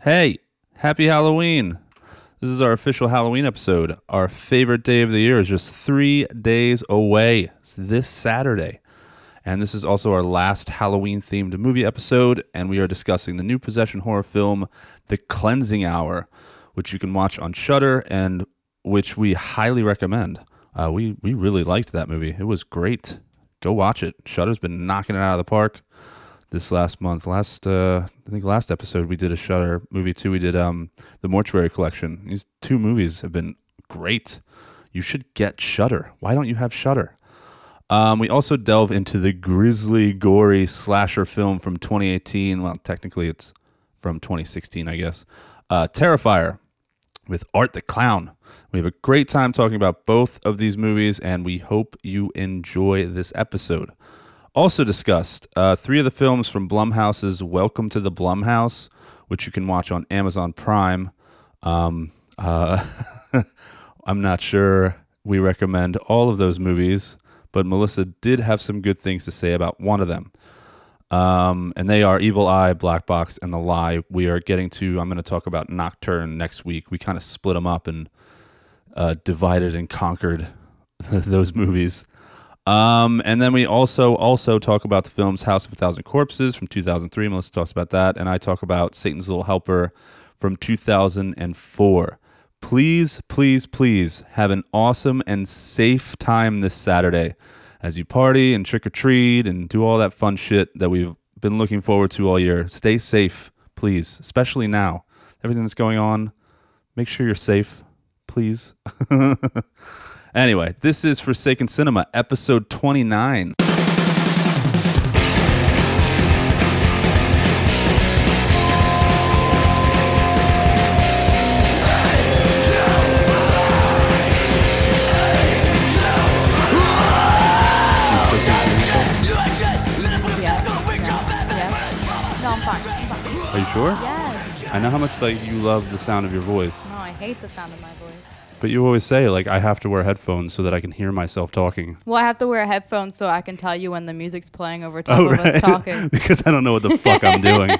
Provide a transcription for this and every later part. Hey, happy Halloween. This is our official Halloween episode. Our favorite day of the year is just three days away. It's this Saturday. And this is also our last Halloween themed movie episode. And we are discussing the new possession horror film, The Cleansing Hour, which you can watch on Shudder and which we highly recommend. Uh, we, we really liked that movie. It was great. Go watch it. Shudder's been knocking it out of the park this last month. Last uh, I think last episode we did a Shutter movie too. We did um, the Mortuary Collection. These two movies have been great. You should get Shutter. Why don't you have Shutter? Um, we also delve into the grisly, gory slasher film from 2018. Well, technically it's from 2016, I guess. Uh, Terrifier with Art the Clown. We have a great time talking about both of these movies, and we hope you enjoy this episode. Also discussed uh, three of the films from Blumhouse's Welcome to the Blumhouse, which you can watch on Amazon Prime. Um, uh, I'm not sure we recommend all of those movies, but Melissa did have some good things to say about one of them. Um, and they are Evil Eye, Black Box, and The Lie. We are getting to, I'm going to talk about Nocturne next week. We kind of split them up and uh, divided and conquered those movies. Um, and then we also also talk about the films House of a Thousand Corpses from 2003. Melissa talks about that, and I talk about Satan's Little Helper from 2004. Please, please, please have an awesome and safe time this Saturday as you party and trick or treat and do all that fun shit that we've been looking forward to all year. Stay safe, please, especially now. Everything that's going on, make sure you're safe, please. Anyway, this is Forsaken Cinema, episode 29. Yeah. yeah. No, I'm fine. I'm fine. Are you sure? Yes. I know how much like you love the sound of your voice, No, I hate the sound of my voice. but you always say like I have to wear headphones so that I can hear myself talking. Well, I have to wear headphones so I can tell you when the music's playing over Oh, top of us talking. because I don't know what the fuck I'm doing.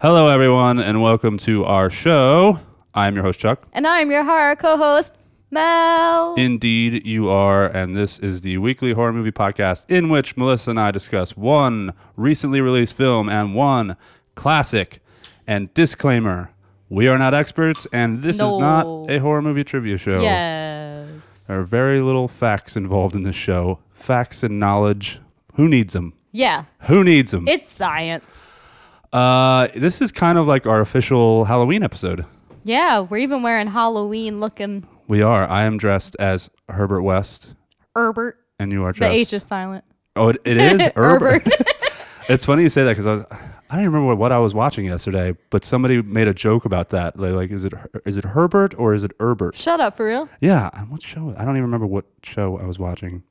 Hello everyone and welcome to our show. I'm your host Chuck. And I'm your horror co-host, Mel. Indeed, you are. And this is the weekly horror movie podcast in which Melissa and I discuss one recently released film and one classic. And disclaimer we are not experts, and this is No. not a horror movie trivia show. yes. There are very little facts involved in this show. Facts and knowledge. Who needs them? Yeah. Who needs them? It's science. Uh, this is kind of like our official Halloween episode. Yeah, we're even wearing Halloween looking We are. I am dressed as Herbert West, Herbert. and you are The dressed. H is silent. Oh, it, it is Herbert. Herbert. It's funny you say that because I was. I don't even remember what I was watching yesterday, but somebody made a joke about that. Like, like is it Her- is it Herbert or is it Herbert? Shut up for real. Yeah, and what show? I don't even remember what show I was watching.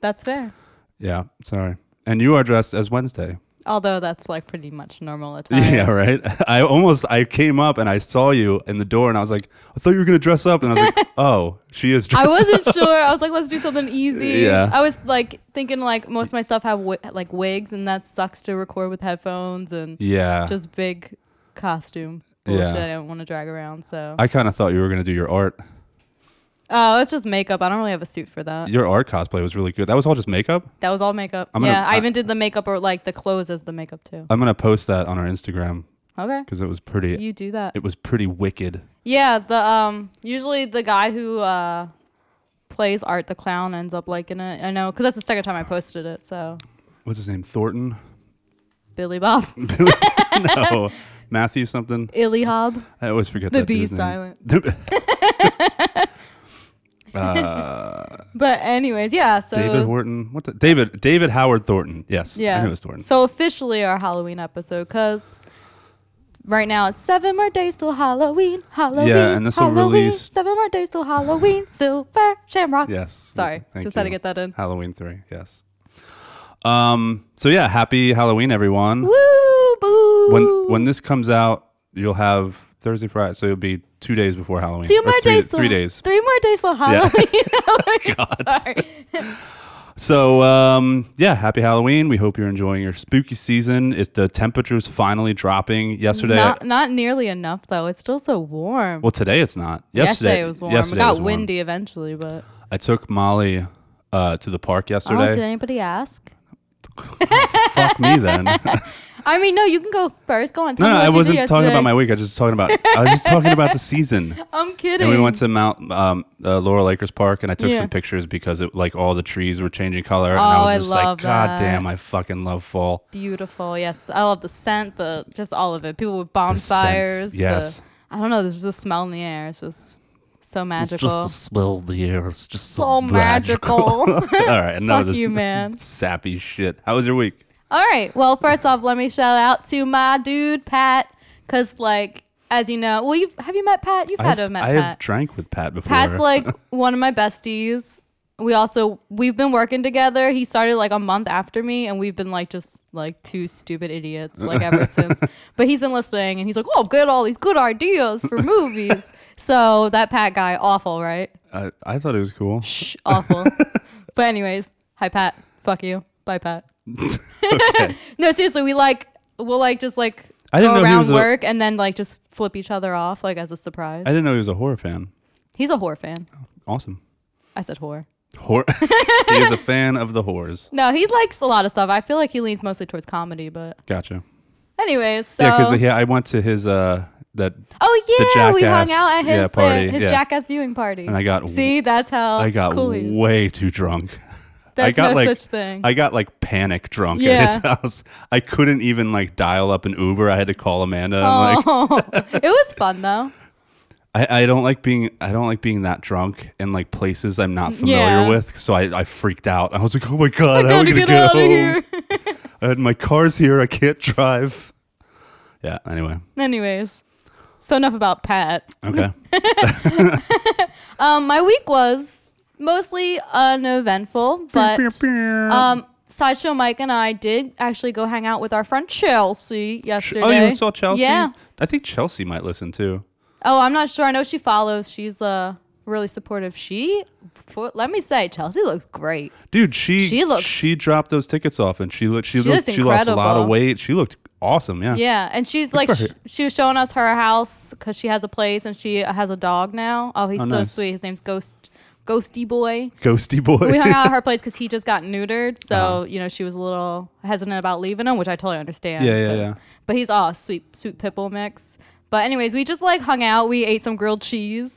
That's fair. Yeah, sorry. And you are dressed as Wednesday. Although that's like pretty much normal attire. Yeah, right. I almost I came up and I saw you in the door, and I was like, I thought you were gonna dress up, and I was like, oh, she is. I dressed wasn't sure. I was like, let's do something easy. Yeah. I was like thinking like most of my stuff have wi- like wigs, and that sucks to record with headphones and Yeah. just big costume Yeah. bullshit. I don't want to drag around. So I kind of thought you were gonna do your art. oh, it's just makeup. I don't really have a suit for that. Your art cosplay was really good. That was all just makeup. That was all makeup. I'm gonna- yeah, I, I- even did the makeup or like the clothes as the makeup too. I'm gonna post that on our Instagram Okay, because it was pretty. you do that. Uh, it was pretty wicked. Yeah, the um usually the guy who uh plays Art the clown ends up liking it. I know because that's the second time I posted it. So What's his name? Thornton? Billy Bob, no, Matthew something. Illy Hob. I always forget The that B dude's name. silent. uh, But anyways, yeah. So David Horton. What the David? David Howard Thornton. Yes. yeah. I knew it was Thornton. So officially our Halloween episode because right now it's seven more days till Halloween. Halloween. and this will Halloween, release- seven more days till Halloween. Silver Shamrock. yes. Sorry, Thank just had to you. get that in. Halloween three. Yes. Um. So yeah, happy Halloween, everyone. Woo boo. When when this comes out, you'll have Thursday, Friday. So it'll be two days before Halloween. Two Or more three, days. till- Oh Three days. Three more days till Halloween. Sorry. So um, yeah, happy Halloween. We hope you're enjoying your spooky season. It, the temperature's finally dropping. Yesterday, Not not nearly enough though. It's still so warm. well, today it's not. Yesterday, yesterday it was warm. yesterday it got was warm. windy eventually, but I took Molly uh, to the park oh, did yesterday. anybody ask? Fuck me then. no, I mean, no, you can go first. Go on. Tell no, me what I you did wasn't talking yesterday. about my week. I was just talking about. I was just talking about the season. I'm kidding. And we went to Mount um, uh, Laurel Acres Park, and I took Yeah. some pictures because it, like all the trees were changing color, and Oh, I I was just love like, God that. damn, I fucking love fall. beautiful. Yes, I love the scent. The just all of it. People with scents, bonfires. the- yes. I don't know. There's just a smell in the air. It's just so magical. It's just the smell of the air. It's just so, so magical. All right, enough of Fuck this you, man. sappy shit. How was your week? All right. Well, first off, let me shout out to my dude Pat, cause like as you know, well, you have have you met Pat? You've had I've- to have met I Pat. have drank with Pat before. Pat's like one of my besties. We also we've been working together. He started like a month after me, and we've been like just like two stupid idiots like ever since. But he's been listening, and he's like, "Oh, I'm good, all these good ideas for movies." so that Pat guy, awful, right? I, I thought it was cool. Shh, awful. but anyways, hi Pat. Fuck you. Bye Pat. no, seriously, we like we'll like just like I didn't go know he was around a- work and then like just flip each other off like as a surprise. I didn't know he was a horror fan. He's a whore fan. Awesome. I said whore. Whore. he is a fan of the whores. No, he likes a lot of stuff. I feel like he leans mostly towards comedy, but Gotcha. anyways, so Yeah, because yeah, I went to his uh that oh yeah, we hung Jackass, out at his yeah, uh, party, his yeah. jackass viewing party. and I got See, that's how I got cool he is. way too drunk. That's I got no like such thing. I got like panic drunk at his Yeah. house. I couldn't even like dial up an Uber. I had to call Amanda. I'm like, oh, it was fun though. I, I don't like being I don't like being that drunk in like places I'm not familiar Yeah. with. So I, I freaked out. I was like, oh my god, how are Gotta we gonna get get, out of home? here. I had my car's here. I can't drive. Yeah. Anyway. Anyways, so enough about Pat. Okay. Um, my week was mostly uneventful, but um, Sideshow Mike and I did actually go hang out with our friend Chelsea yesterday. oh, you saw Chelsea? Yeah. I think Chelsea might listen too. Oh, I'm not sure. I know she follows. She's uh really supportive. She, for, let me say, Chelsea looks great. Dude, she She she, looks- dropped those tickets off and she looked she, She looked looks she lost a lot of incredible. weight. She looked awesome. Yeah. Yeah, and she's like, for sh- she was showing us her house because she has a place and she has a dog now. Oh, he's Oh, so nice. sweet. His name's Ghost Ghosty Boy. Ghosty boy. we hung out at her place because he just got neutered. So, Uh-huh. you know, she was a little hesitant about leaving him, which I totally understand. Yeah, yeah, 'cause- yeah. But he's all sweet, sweet pit bull mix. But, anyways, we just like hung out. We ate some grilled cheese.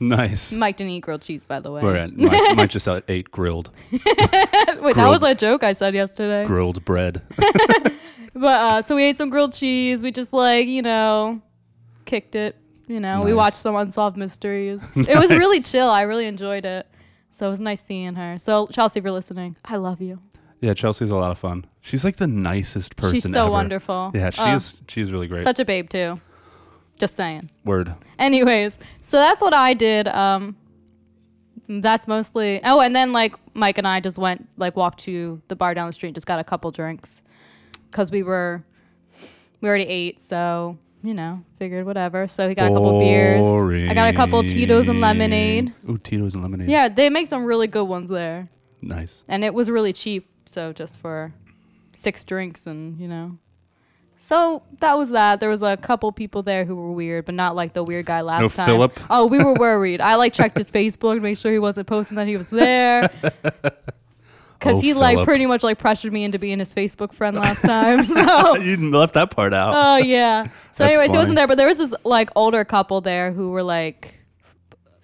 nice. Mike didn't eat grilled cheese, by the way. All Mm. right. Mike, Mike just ate grilled Wait, that Grilled- was a joke I said yesterday. grilled bread. But uh, so we ate some grilled cheese. We just like you know, kicked it. You know, we Nice. watched some unsolved mysteries. It was really chill. I really enjoyed it. So it was nice seeing her. So Chelsea, if you're listening, I love you. Yeah, Chelsea's a lot of fun. She's like the nicest person. She's so ever. wonderful. Yeah, she Oh, is. She's really great. such a babe too. Just saying. Word. Anyways, so that's what I did. Um, that's mostly. Oh, and then like Mike and I just went like walked to the bar down the street, and just got a couple drinks, cause we were we already ate, so you know figured whatever. So he got a couple beers. I got a couple Tito's and lemonade. Ooh, Tito's and lemonade. Yeah, they make some really good ones there, Nice. and it was really cheap. So just for six drinks, and you know. So that was that. There was a couple people there who were weird, but not like the weird guy last No time. Philip? Oh, we were worried. I like checked his Facebook to make sure he wasn't posting that he was there. Cause Oh, he like Philip. pretty much like pressured me into being his Facebook friend last time. So You left that part out. oh yeah. So That's anyways, he funny. wasn't there, but there was this like older couple there who were like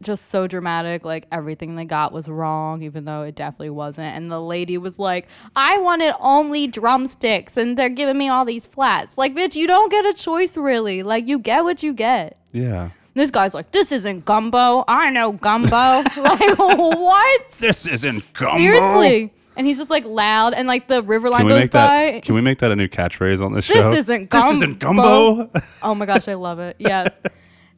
just so dramatic, like everything they got was wrong, even though it definitely wasn't. And the lady was like, I wanted only drumsticks and they're giving me all these flats. Like, bitch, you don't get a choice really. Like you get what you get. yeah. And this guy's like, This isn't gumbo. I know gumbo. like what? This isn't gumbo. Seriously. And he's just like loud and like the river line Can we goes make by. that? Can we make that a new catchphrase on this, This show? isn't This isn't gumbo. gumbo. Oh my gosh, I love it. Yes.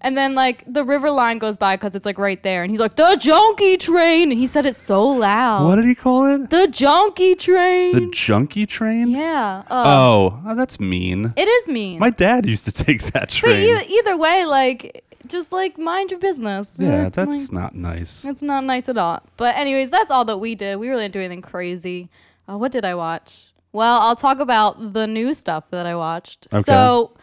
And then like the river line goes by because it's like right there, and he's like the junkie train, and he said it so loud. what did he call it? The junkie train. The junkie train. yeah. Uh, Oh, oh, that's mean. it is mean. My dad used to take that but train. e- either way, like just like mind your business. yeah, Like, that's not nice. it's not nice at all. But anyways, that's all that we did. We really didn't do anything crazy. Uh, what did I watch? Well, I'll talk about the new stuff that I watched. Okay. So,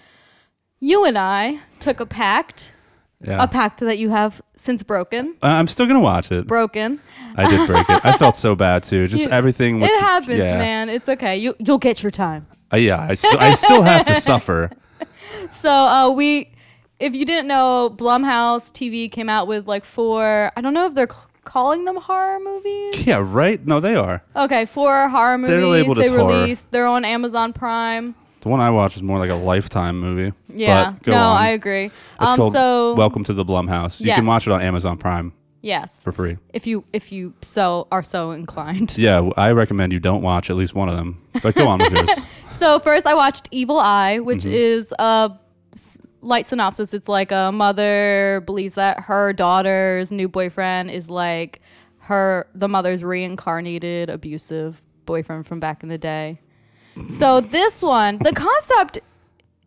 you and I took a pact, Yeah. a pact that you have since broken. I- I'm still gonna watch it. Broken. I did break it. I felt so bad too. Just You- everything. With It happens, yeah. man. It's okay. You you'll get your time. Uh, yeah, I, st- I still have to suffer. So uh, we, if you didn't know, Blumhouse TV came out with like four. I don't know if they're c- calling them horror movies. Yeah, right. No, they are. Okay, four horror movies. They're labeled they as horror. released. They're on Amazon Prime. The one I watched is more like a lifetime movie. Yeah. But go no, on. I agree. It's um. called So Welcome to the Blumhouse. You Yes. can watch it on Amazon Prime yes, for free. if you if you so are so inclined. Yeah, w- I recommend you don't watch at least one of them. But go on with yours. So first, I watched Evil Eye, which is a s- light synopsis. It's like a mother believes that her daughter's new boyfriend is like her the mother's reincarnated abusive boyfriend from back in the day. So this one, the concept,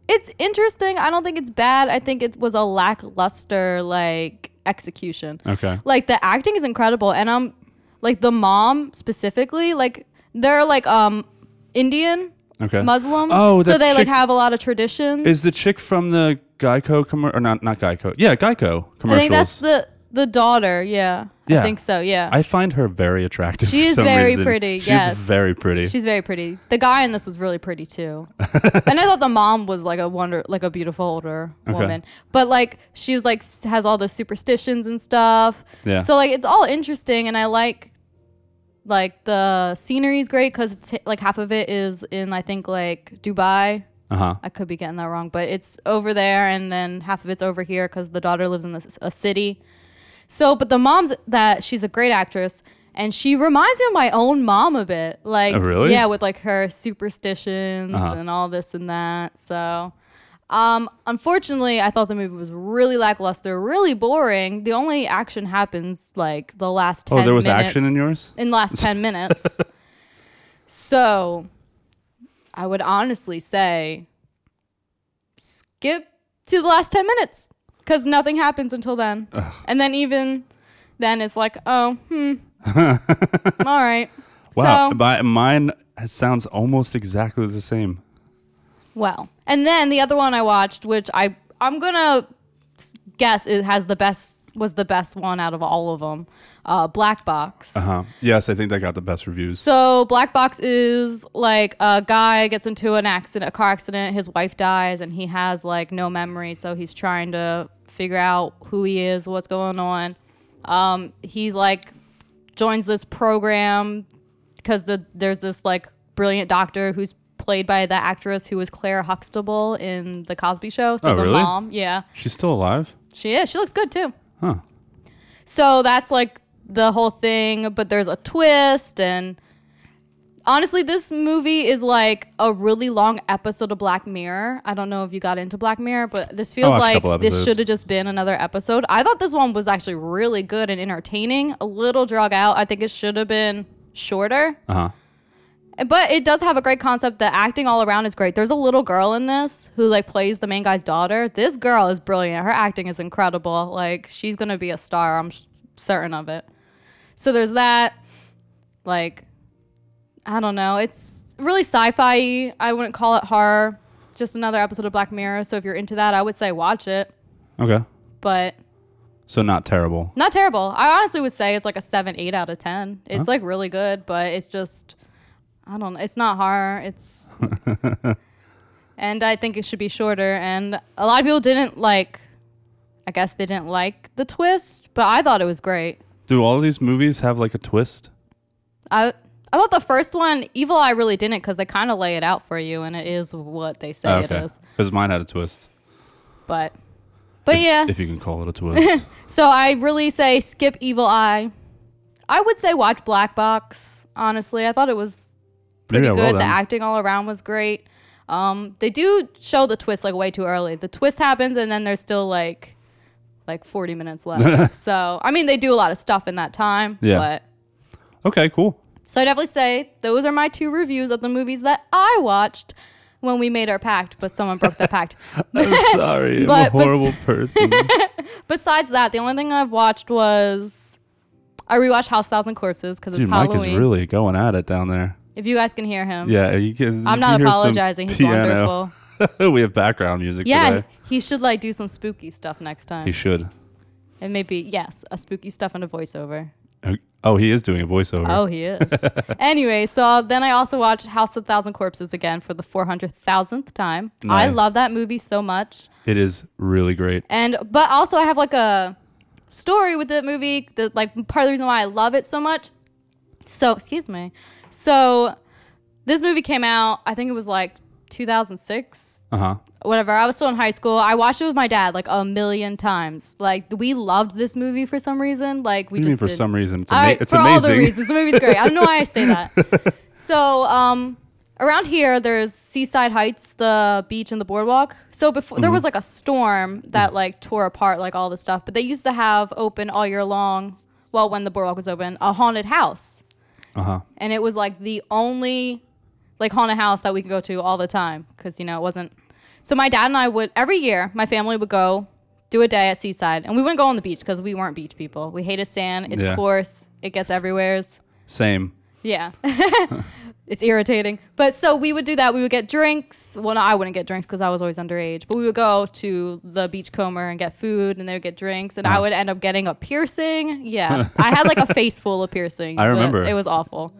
it's interesting. I don't think it's bad. I think it was a lackluster like execution Okay. like the acting is incredible and i'm like the mom specifically like they're like um indian Okay. muslim Oh, so the they like chick- have a lot of traditions Is the chick from the Geico commercial or not? Not Geico. Yeah, Geico commercials. i think that's the the daughter yeah, i Yeah. think so yeah I find her very attractive. She for is some very reason. pretty, She's yes. very pretty. she's very pretty the guy in this was really pretty too and i thought the mom was like a wonder like a beautiful older Okay. woman but like she was like s- has all those superstitions and stuff Yeah. so like it's all interesting and i like like the scenery is great because like half of it is in i think like dubai uh huh. I could be getting that wrong, but it's over there, and then half of it's over here because the daughter lives in this, a city. So, but the mom's that she's a great actress, and she reminds me of my own mom a bit. Like, Oh, really? Uh-huh. yeah, with like her superstitions and all this and that. So, um, unfortunately, I thought the movie was really lackluster, really boring. The only action happens like the last. 10 Oh, there was minutes action in yours. in the last 10 minutes. So I would honestly say skip to the last 10 minutes because nothing happens until then. And then, even then, it's like, oh, hmm. All right. Wow. So, My, mine sounds almost exactly the same. well. And then the other one I watched, which I, I'm going to guess it has the best, was the best one out of all of them uh, Black Box. Uh huh. Yes, I think that got the best reviews. So Black Box is like a guy gets into an accident, a car accident, his wife dies and he has like no memory, so he's trying to figure out who he is, what's going on. Um he like joins this program because the, there's this like brilliant doctor who's played by the actress who was Claire Huxtable in the Cosby show, so Oh, the really? mom, yeah. She's still alive. She is. She looks good too. Huh. So that's like the whole thing, but there's a twist and honestly this movie is like a really long episode of Black Mirror. I don't know if you got into Black Mirror, but this feels watched a like couple this episodes. should have just been another episode. I thought this one was actually really good and entertaining, a little drug out. I think it should have been shorter. Uh huh. But it does have a great concept. The acting all around is great. There's a little girl in this who like plays the main guy's daughter. This girl is brilliant. Her acting is incredible. Like she's gonna be a star. I'm s- certain of it. So there's that. Like, I don't know. It's really sci-fi. I wouldn't call it horror. Just another episode of Black Mirror. So if you're into that, I would say watch it. Okay. But So not terrible. not terrible. I honestly would say it's like a seven, eight out of ten. It's like really good, but it's just I don't know. It's not horror. It's and I think it should be shorter. And a lot of people didn't like. I guess they didn't like the twist, but I thought it was great. Do all these movies have like a twist? I I thought the first one, Evil Eye, really didn't because they kind of lay it out for you, and it is what they say it is. Because Ah, mine had a twist. But but yeah, If you can call it a twist. So I really say skip Evil Eye. I would say watch Black Box. Honestly, I thought it was pretty Yeah, well good. the then. acting all around was great. Um, they do show the twist like way too early. The twist happens, and then there's still like like 40 minutes left. so I mean, they do a lot of stuff in that time. Yeah. But okay, cool. so I definitely say those are my two reviews of the movies that I watched when we made our pact, but someone broke that pact. I'm sorry. I'm a But- but- horrible person. Besides that, the only thing I've watched was I rewatched House Thousand Corpses because it's Dude, Mike Halloween. is really going at it down there. If you guys can hear him, Yeah, you can. I'm you not can hear some apologizing. He's piano. wonderful. we have background music Yeah, today. he should like do some spooky stuff next time. He should. and maybe yes, a spooky stuff and a voiceover. Oh, he is doing a voiceover. Oh, he is. anyway, so then I also watched House of Thousand Corpses again for the 400,000th time. I Nice. love that movie so much. It is really great. And but also I have like a story with the movie that like part of the reason why I love it so much. So, excuse me. So this movie came out, I think it was like 2006, Uh huh. whatever. I was still in high school. I watched it with my dad like a million times. Like we loved this movie for some reason. Like we You just mean for did. some reason? It's, All ama- right, it's for amazing. all the reasons. The movie's great. I don't know why I say that. so, um, around here, there's Seaside Heights, the beach, and the boardwalk. So before Mm-hmm. there was like a storm that like tore apart like all the stuff, but they used to have open all year long. Well, when the boardwalk was open, a haunted house, Uh huh. and it was like the only like haunted house that we could go to all the time because you know it wasn't. So my dad and I would every year my family would go do a day at Seaside, and we wouldn't go on the beach because we weren't beach people. We hated sand. It's Yeah. coarse. It gets everywhere's. Same. Yeah. it's irritating. But so we would do that. We would get drinks. Well, no, I wouldn't get drinks because I was always underage. But we would go to the beachcomber and get food, and they would get drinks. And Uh-huh. I would end up getting a piercing. Yeah. I had like a face full of piercings. I but remember. It was awful.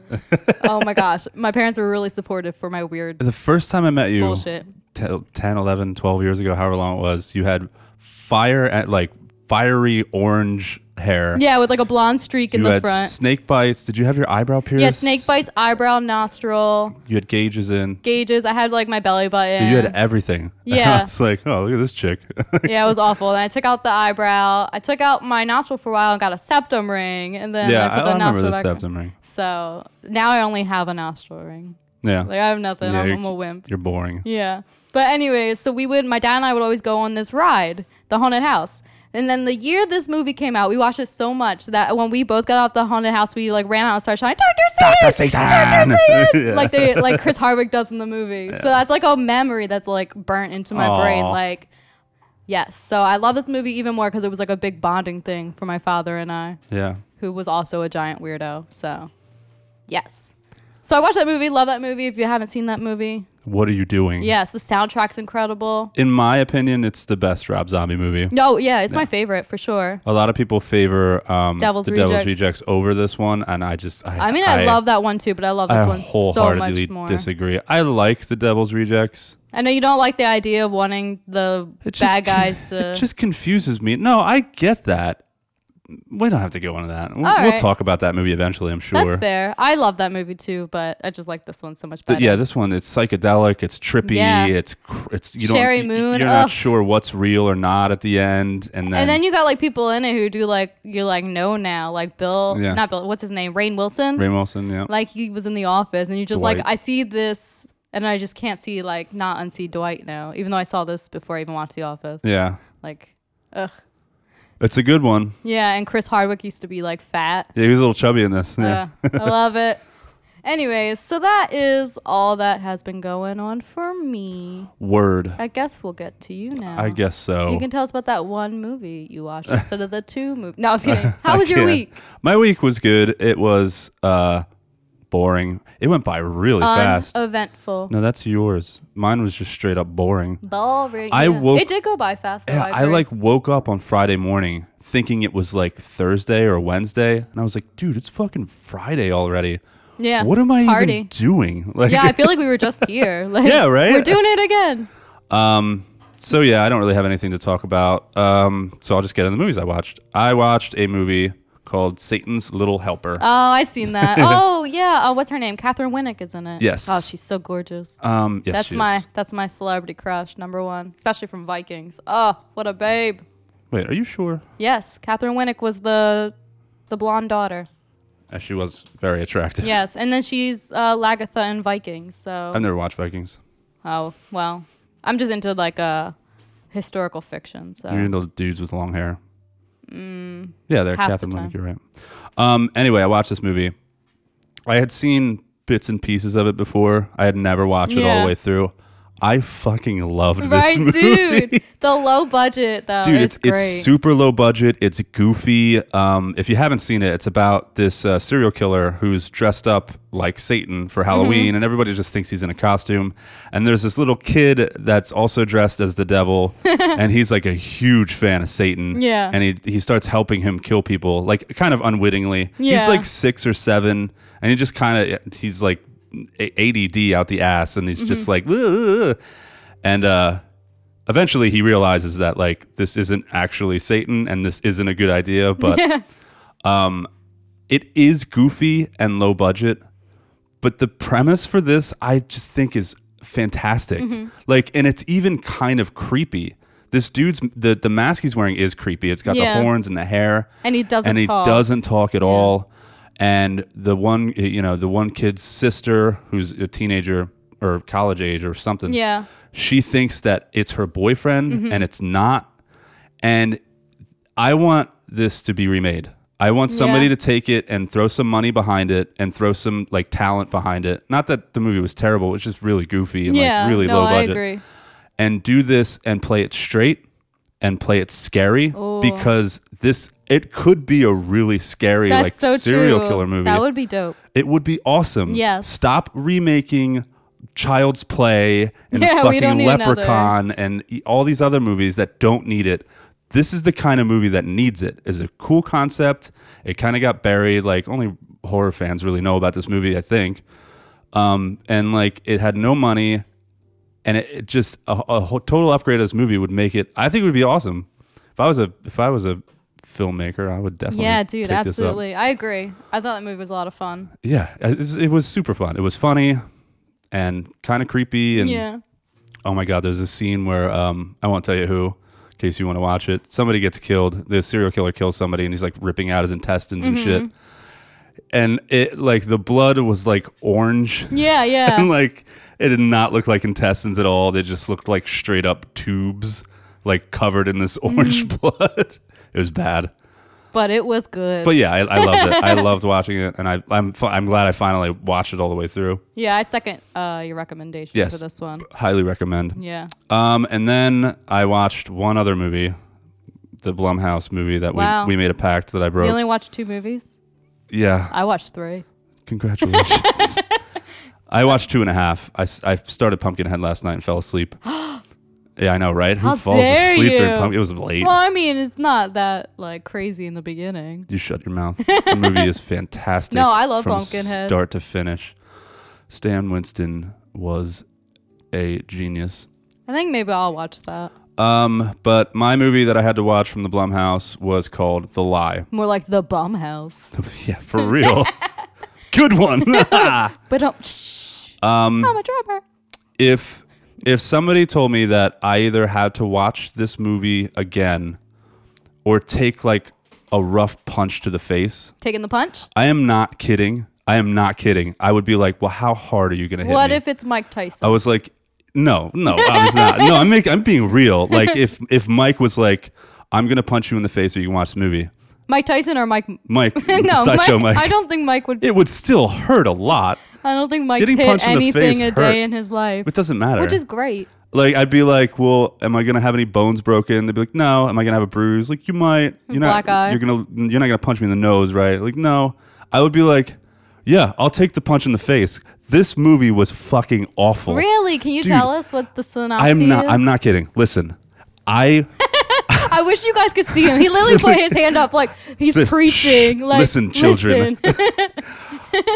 oh my gosh. My parents were really supportive for my weird The first time I met you, bullshit. te- 10, 11, 12 years ago, however long it was, you had fire at like fiery orange hair. Yeah, with like a blonde streak in You the had front. snake bites. Did you have your eyebrow pierced? yeah, snake bites, eyebrow, nostril, You had gauges in. gauges. I had like my belly button. You had everything. Yeah. it's like, oh, look at this chick. yeah, it was awful. And I took out the eyebrow. I took out my nostril for a while and got a septum ring, and then yeah, I I, put I the remember nostril the back. septum ring. So now I only have a nostril ring. Yeah. Like I have nothing. Yeah, I'm, you- I'm a wimp. You're boring. Yeah. But anyways, so we would. My dad and I would always go on this ride, the haunted house. And then the year this movie came out, we watched it so much that when we both got off the haunted house, we like ran out and started shouting, "Doctor Seuss!" Dr. Satan! Yeah. like they like Chris Hardwick does in the movie. So that's like a memory that's like burnt into my Aw. brain. Like, yes. So I love this movie even more because it was like a big bonding thing for my father and I, Yeah. who was also a giant weirdo. So, yes. So I watched that movie. Love that movie. If you haven't seen that movie, What are you doing? yes, the soundtrack's incredible. In my opinion, it's the best Rob Zombie movie. No, yeah, it's my favorite for sure. A lot of people favor um, Devil's the Devil's Rejects. Rejects over this one, and I just I, I mean, I, love that one too, but I love this I one so wholeheartedly much more. disagree. I like the Devil's Rejects. I know you don't like the idea of wanting the It just bad con- guys uh, to. It just confuses me. No, I get that. We don't have to go into that. We'll, All we'll right. talk about that movie eventually. I'm sure. That's fair. I love that movie too, but I just like this one so much Th- better. yeah, this one it's psychedelic, it's trippy, Yeah. it's cr- it's you Sherry don't y- Moon, you're ugh. not sure what's real or not at the end, and then, And then you got like people in it who do like you like know now, like Bill, Yeah. not Bill, what's his name, Rain Wilson. Ray Wilson, yeah, Like he was in the office, and you just like Dwight. I see this, and I just can't see like not unsee Dwight now, even though I saw this before I even watched The Office. yeah, Like, ugh, it's a good one. yeah. And Chris Hardwick used to be like fat. Yeah, he was a little chubby in this. Yeah. Uh, I love it. Anyways, so that is all that has been going on for me. Word. I guess we'll get to you now. I guess so. You can tell us about that one movie you watched instead of the two movies. No, I was kidding. How I was your can. week? My week was good. It was uh boring. It went by really fast. Uneventful. No, that's yours. Mine was just straight up boring. Boring. I yeah. woke- It did go by fast. Though, Yeah, I, I agree. like woke up on Friday morning thinking it was like Thursday or Wednesday, and I was like, dude, it's fucking Friday already. Yeah. What am I Party. even doing? Like, yeah, I feel like we were just here. Like, Yeah, right? We're doing it again. um, so yeah, I don't really have anything to talk about. Um, so I'll just get in the movies I watched. I watched a movie called Satan's Little Helper. Oh, I seen that. oh yeah. Oh, what's her name? Catherine Winnick is in it. Yes. Oh, she's so gorgeous. um, yes, that's she my is. that's my celebrity crush number one, especially from Vikings. Oh, what a babe. Wait, are you sure? Yes, Catherine Winnick was the the blonde daughter. Uh, she was very attractive. Yes, and then she's uh, Lagatha in Vikings. So I've never watched Vikings. Oh well, I'm just into like uh, historical fiction. So You're into dudes with long hair. yeah, they're Mm, half the Catherine time. Winnick. You're right. Um, anyway, I watched this movie. I had seen bits and pieces of it before. I had never watched it all Yeah. the way through. I fucking loved this right, movie. dude. the low budget though. Dude, it's, it's, great. it's super low budget. It's goofy. Um, if you haven't seen it, it's about this uh, serial killer who's dressed up like Satan Mm-hmm. for Halloween, and everybody just thinks he's in a costume. And there's this little kid that's also dressed as the devil, and he's like a huge fan of Satan. Yeah. And he, he starts helping him kill people, like kind of unwittingly. Yeah. He's like six or seven, and he just kind of, he's like ADD out the ass, and he's Mm-hmm. just like, "Ugh." and, uh, eventually he realizes that like this isn't actually Satan and this isn't a good idea, but um it is goofy and low budget, but the premise for this I just think is fantastic. Mm-hmm. Like and it's even kind of creepy. This dude's the the mask he's wearing is creepy. It's got Yeah. the horns and the hair and he doesn't and he talk. doesn't talk at all. And the one you know, the one kid's sister who's a teenager or college age or something Yeah. Mm-hmm. she thinks that it's her boyfriend and it's not. And I want this to be remade. I want somebody to Yeah. take it and throw some money behind it and throw some like talent behind it. Not that the movie was terrible, it was just really goofy and Yeah. like really no, low I budget. agree. And do this and play it straight and play it scary Oh. because this it could be a really scary That's like so serial true. killer movie. That would be dope. It would be awesome. Yes. Stop remaking Child's Play and Yeah, we don't fucking need another. Leprechaun and e- all these other movies that don't need it. This is the kind of movie that needs it. It's a cool concept. It kind of got buried. Like only horror fans really know about this movie, I think. Um, and like it had no money, and it, it just a, a whole- total upgrade of this movie would make it. I think it would be awesome. If I was a if I was a filmmaker, I would definitely Yeah, pick dude, this up. absolutely. I agree. I thought that movie was a lot of fun. yeah, uh, it it was super fun. It was funny and kind of creepy. And yeah. oh my god, there's a scene where um, I won't tell you who, in case you want to watch it. Somebody gets killed. The serial killer kills somebody, and he's like ripping out his intestines and shit. Mm-hmm. And it like the blood was like orange. Yeah, and yeah. like it did not look like intestines at all. They just looked like straight up tubes, like covered in this orange Mm. blood. It was bad. but it was good. But yeah, I, I loved it. I loved watching it, and I, I'm fi- I'm glad I finally watched it all the way through. yeah, I second uh, your recommendation Yes. for this one. Highly recommend. Yeah. Um, and then I watched one other movie, the Blumhouse movie that Wow. we, we made a pact that I broke. We only watched two movies. Yeah, I watched three. congratulations. I watched two and a half. I, s- I started Pumpkinhead last night and fell asleep. yeah, I know, right? How Who falls dare asleep during you. Pumpkin? It was late. Well, I mean, it's not that like crazy in the beginning. You shut your mouth. The movie is fantastic. No, I love from Pumpkinhead. Start to finish. Stan Winston was a genius. I think maybe I'll watch that. Um, but my movie that I had to watch from the Blumhouse was called The Lie. More like the bum house. yeah, for real. Good one. But um, shh. Um, I'm a drummer. if if somebody told me that I either had to watch this movie again or take like a rough punch to the face, Taking the punch. I am not kidding. I am not kidding. I would be like, "Well, how hard are you going to hit What me?" Oh. if it's Mike Tyson? I was like, no, no, I was not. No, I'm making, I'm being real. Like if if Mike was like, I'm gonna punch you in the face or you can watch the movie, Mike Tyson or Mike? Mike, no, sideshow Mike, Mike, I don't think Mike would. It would still hurt a lot. I don't think Mike's Getting hit punched in the anything a face day hurt. in his life, It doesn't matter. which is great. like I'd be like, well, am I gonna have any bones broken? They'd be like, no. Am I gonna have a bruise? Like you might. You're Black not. eye. You're gonna. You're not gonna punch me in the nose, right? Like no. I would be like, yeah, I'll take the punch in the face. This movie was fucking awful. Really? Can you Dude, tell us what the synopsis I'm not. is? I'm not kidding. Listen, I I wish you guys could see him. He literally put his hand up like he's Listen, preaching. shh, Like, listen, children. listen.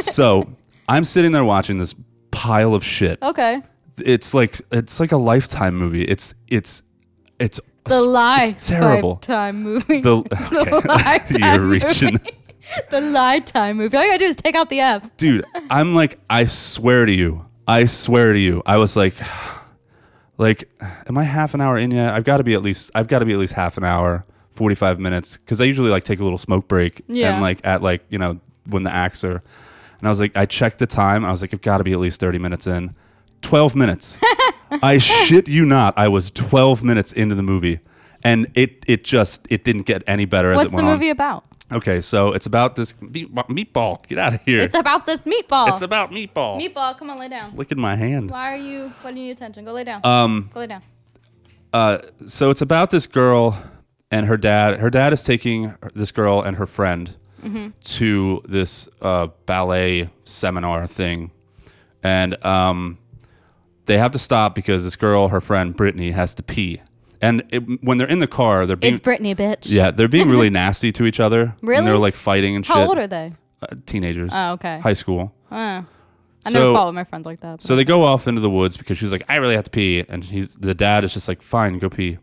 so I'm sitting there watching this pile of shit. okay. It's like it's like a lifetime movie. It's it's it's The lie. It's terrible. Time movie. The Lifetime okay, you're reaching, the lie time movie. All you gotta do is take out the F. dude. I'm like, I swear to you, I swear to you. I was like, like, am I half an hour in yet? I've got to be at least. I've got to be at least half an hour, forty five minutes, because I usually like take a little smoke break Yeah. and like at like you know when the acts are. And I was like, I checked the time. I was like, I've got to be at least thirty minutes in. Twelve minutes. I shit you not. I was twelve minutes into the movie, and it it just it didn't get any better as What's it the went movie about? on. Okay, so it's about this meat, meatball. Get out of here. It's about this meatball. It's about meatball. meatball. Come on, lay down. Look at my hand. Why are you? What do you need attention? Go lay down. Um, Go lay down. Uh, so it's about this girl and her dad. Her dad is taking this girl and her friend Mm-hmm. to this uh, ballet seminar thing, and um, they have to stop because this girl, her friend Brittany, has to pee. And it, when they're in the car, they're being It's Brittany, bitch. yeah, they're being really nasty to each other. Really? And they're like fighting and How shit. old are they? Uh, teenagers. Oh, okay. High school. Uh, I So- never fought with my friends like that. but- So they go off into the woods because she's like, I really have to pee, and he's the dad is just like, fine, go pee.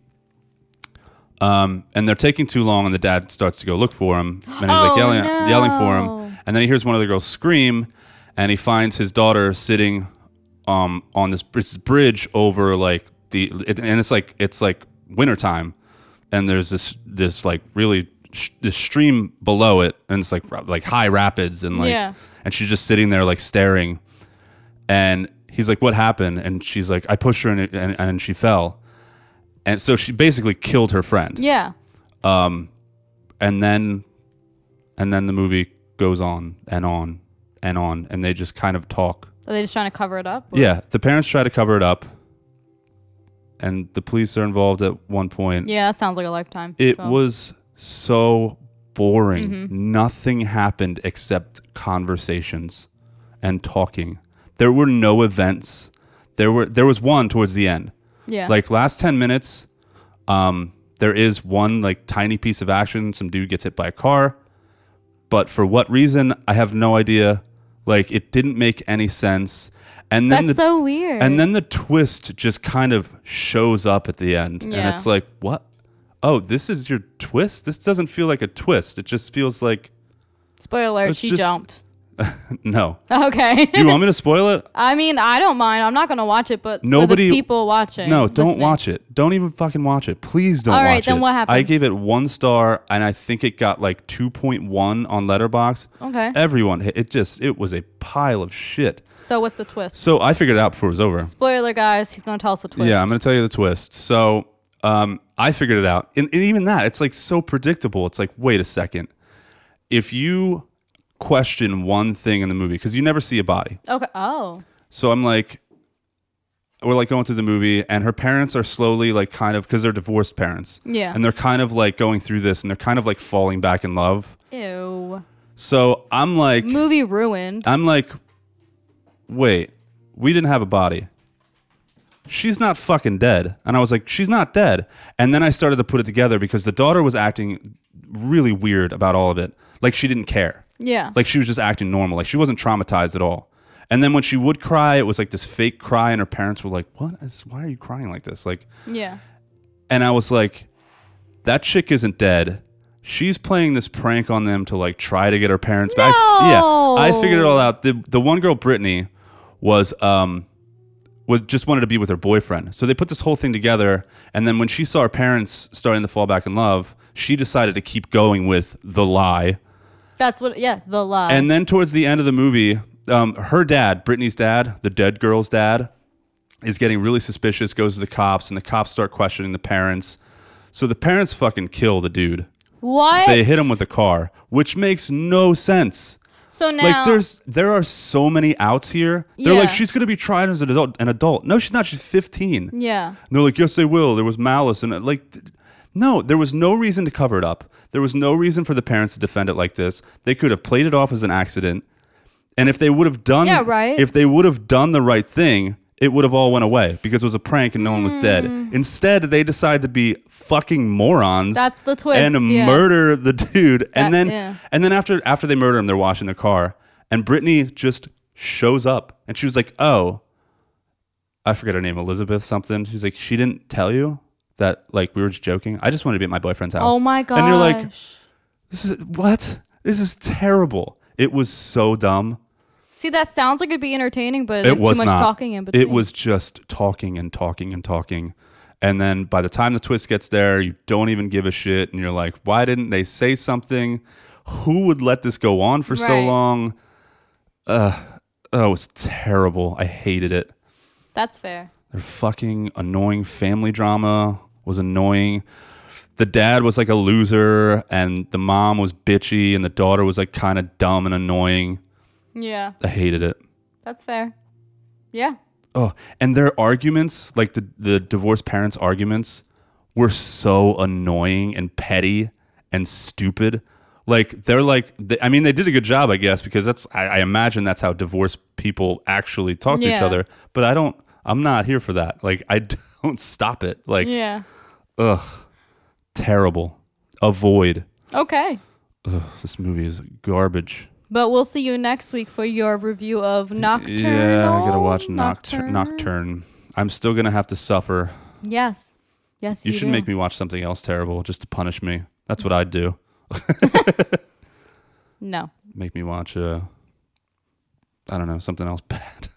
Um, and they're taking too long, and the dad starts to go look for him, and he's Oh, like yelling, yelling for no. him, and then he hears one of the girls scream, and he finds his daughter sitting, um, on this, this bridge over like the, it, and it's like it's like wintertime, and there's this this like really sh- this stream below it, and it's like ra- like high rapids, and like, Yeah. and she's just sitting there like staring, and he's like, "What happened?" And she's like, "I pushed her and it, and, and she fell." And so she basically killed her friend. yeah. And then, and then the movie goes on and on and on, and they just kind of talk. Are they just trying to cover it up? Yeah, the parents try to cover it up, and the police are involved at one point. Yeah, that sounds like a lifetime. It film. was so boring. Mm-hmm. Nothing happened except conversations and talking. There were no events. There were there was one towards the end. yeah. Like last 10 minutes, um, there is one like tiny piece of action. Some dude gets hit by a car. But for what reason, I have no idea. Like it didn't make any sense. And that's then the so weird. and then the twist just kind of shows up at the end. And Yeah. it's like, what? Oh, this is your twist? This doesn't feel like a twist. It just feels like spoiler alert, it's she just- jumped. no. Okay. Do you want me to spoil it? I mean, I don't mind. I'm not gonna watch it, but Nobody- for the people watching. No, don't listening. watch it. Don't even fucking watch it. Please don't All right, watch then it. what happens? I gave it one star, and I think it got like two point one on Letterbox. Okay. Everyone, it just it was a pile of shit. So what's the twist? So I figured it out before it was over. Spoiler, guys. He's gonna tell us the twist. Yeah, I'm gonna tell you the twist. So um, I figured it out, and, and even that, it's like so predictable. It's like, wait a second, if you question one thing in the movie because you never see a body, okay. Oh. so I'm like, we're like going through the movie, and her parents are slowly like kind of because they're divorced parents. Yeah. And they're kind of like going through this and they're kind of like falling back in love. Ew. So I'm like, Movie ruined. I'm like, wait, we didn't have a body. She's not fucking dead. And I was like, she's not dead. And then I started to put it together because the daughter was acting really weird about all of it. Like she didn't care. yeah. Like she was just acting normal. Like she wasn't traumatized at all. And then when she would cry, it was like this fake cry, and her parents were like, "What is? Why are you crying like this?" Like, yeah. and I was like, "That chick isn't dead. She's playing this prank on them to like try to get her parents back." I- No. yeah, I figured it all out. The the one girl, Brittany, was um was just wanted to be with her boyfriend. So they put this whole thing together, and then when she saw her parents starting to fall back in love, she decided to keep going with the lie. That's what. Yeah. The lie. And then towards the end of the movie, um, her dad, Brittany's dad, the dead girl's dad, is getting really suspicious, goes to the cops, and the cops start questioning the parents. So the parents fucking kill the dude. what? They hit him with a car, which makes no sense. So now. Like there's there are so many outs here. They're Yeah. like, she's gonna be tried as an adult an adult. No, she's not, she's fifteen. Yeah. And they're like, yes, they will. There was malice. And uh, like, th- no, there was no reason to cover it up. There was no reason for the parents to defend it like this. They could have played it off as an accident. And if they would have done, Yeah, right. if they would have done the right thing, it would have all went away because it was a prank and no one was dead. Mm. Instead, they decide to be fucking morons. That's the twist, And yeah. murder the dude. and That- then, yeah. and then after after they murder him, they're washing their car, and Brittany just shows up, and she was like, "Oh, I forget her name, Elizabeth something. She's like, she didn't tell you that like we were just joking. I just wanted to be at my boyfriend's house. Oh my gosh. And you're like, this is what? This is terrible. It was so dumb. See, that sounds like it'd be entertaining, but there's it was too much not. talking in between. It was just talking and talking and talking. And then by the time the twist gets there, you don't even give a shit, and you're like, why didn't they say something? Who would let this go on for so Right. long? Uh, oh, it was terrible. I hated it. That's fair. Their fucking annoying family drama was annoying. The dad was like a loser, and the mom was bitchy, and the daughter was like kind of dumb and annoying. Yeah. I hated it. That's fair. Yeah. Oh, and their arguments, like the the divorced parents' arguments, were so annoying and petty and stupid. Like they're like, they, I mean, they did a good job, I guess, because that's I, I imagine that's how divorced people actually talk to each Yeah. other. But I don't, I'm not here for that. Like I don't stop it. Like Yeah. ugh, terrible. Avoid. Okay. Ugh, this movie is garbage. But we'll see you next week for your review of Nocturnal. Yeah, I gotta watch Nocturne. Nocturne. Nocturne. I'm still gonna have to suffer. Yes. Yes, You you, should do. make me watch something else terrible just to punish me. That's what I'd do. No. Make me watch uh I don't know, something else bad.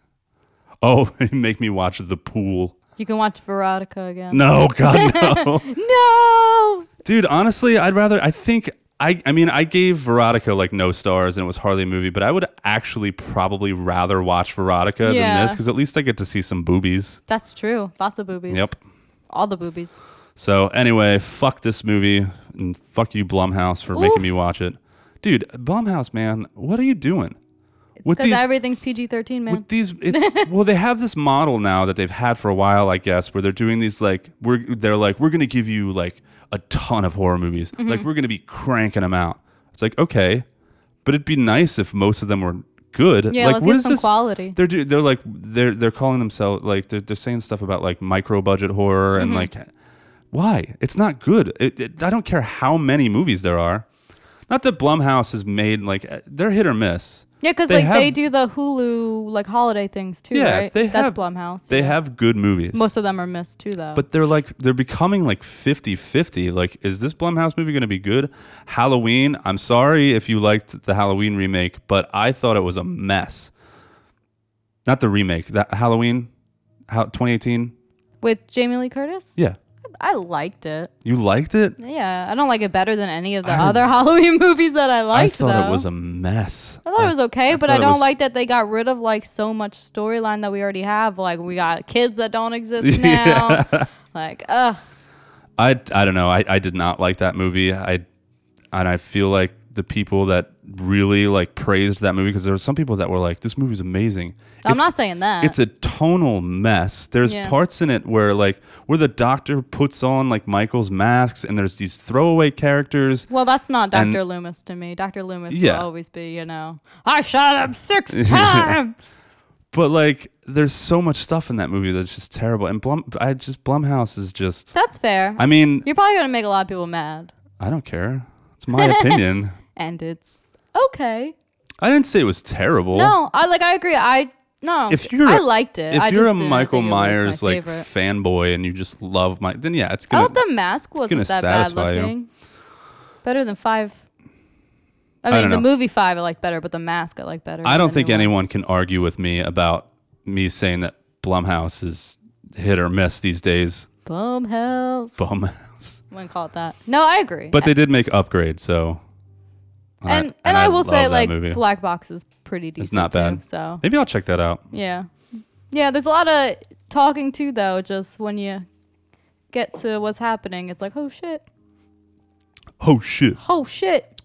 Oh, make me watch The Pool. You can watch Veronica again. No, god no. No. Dude, honestly, I'd rather I think I I mean, I gave Veronica like no stars and it was hardly a movie, but I would actually probably rather watch Veronica than Yeah. this cuz at least I get to see some boobies. That's true. Lots of boobies. Yep. All the boobies. So anyway, fuck this movie and fuck you Blumhouse for making Oof. me watch it. Dude, Blumhouse, man, what are you doing? With Because these, everything's PG 13, man. with these, it's well, they have this model now that they've had for a while, I guess, where they're doing these like we're they're like we're gonna give you like a ton of horror movies, Mm-hmm. like we're gonna be cranking them out. It's like okay, but it'd be nice if most of them were good. yeah, like let's what get is some this? quality. They're do, they're like they're they're calling themselves like they're they're saying stuff about like micro budget horror and Mm-hmm. like why it's not good. It, it, I don't care how many movies there are. Not that Blumhouse has made like eh, they're hit or miss. Yeah, because they like they have- do the Hulu like holiday things too, Yeah, right? they That's have- Blumhouse. They yeah. have good movies. most of them are missed too, though. but they're like they're becoming like 50-50 like is this blumhouse movie going to be good halloween i'm sorry if you liked the halloween remake but i thought it was a mess not the remake that halloween how, 2018 with Jamie Lee Curtis, yeah I liked it. you liked it Yeah, I don't like it better than any of the I- other Halloween movies that I i liked. thought though. it was a mess I thought it was okay, but thought I it don't was- like that they got rid of like so much storyline that we already have. Like we got kids that don't exist now. Like, ugh. I, I don't know. I, I did not like that movie. I and I feel like the people that really like praised that movie because there were some people that were like, "This movie's amazing." I'm not saying that. It's a tonal mess. There's Yeah. parts in it where like where the doctor puts on like Michael's masks, and there's these throwaway characters. well, that's not and- Dr. Loomis to me. Dr. Loomis Yeah. will always be, you know, I shot him six times. But like, there's so much stuff in that movie that's just terrible. And Blum, I just Blumhouse is just. That's fair. I mean, You're probably going to make a lot of people mad. I don't care. It's my opinion. And it's okay. I didn't say it was terrible. No, I like, I agree. I, no. if you're I liked it. if I you're just a didn't Michael think it was my Myers like favorite. fanboy and you just love Mike, then yeah, it's I gonna. thought the mask wasn't gonna that bad satisfy you. looking. Better than five. I I mean, the don't know. movie five I like better, but the mask I like better. I than don't the think new one. anyone can argue with me about me saying that Blumhouse is hit or miss these days. Blumhouse. Bum. Blumhouse, Wouldn't call it that. No, I agree. but they did make Upgrade, so. and and, I, will say love that like movie. Black Box is pretty decent. not too, bad. so maybe I'll check that out. yeah, yeah. There's a lot of talking too, though. Just when you get to what's happening, it's like oh shit, Oh shit! oh shit.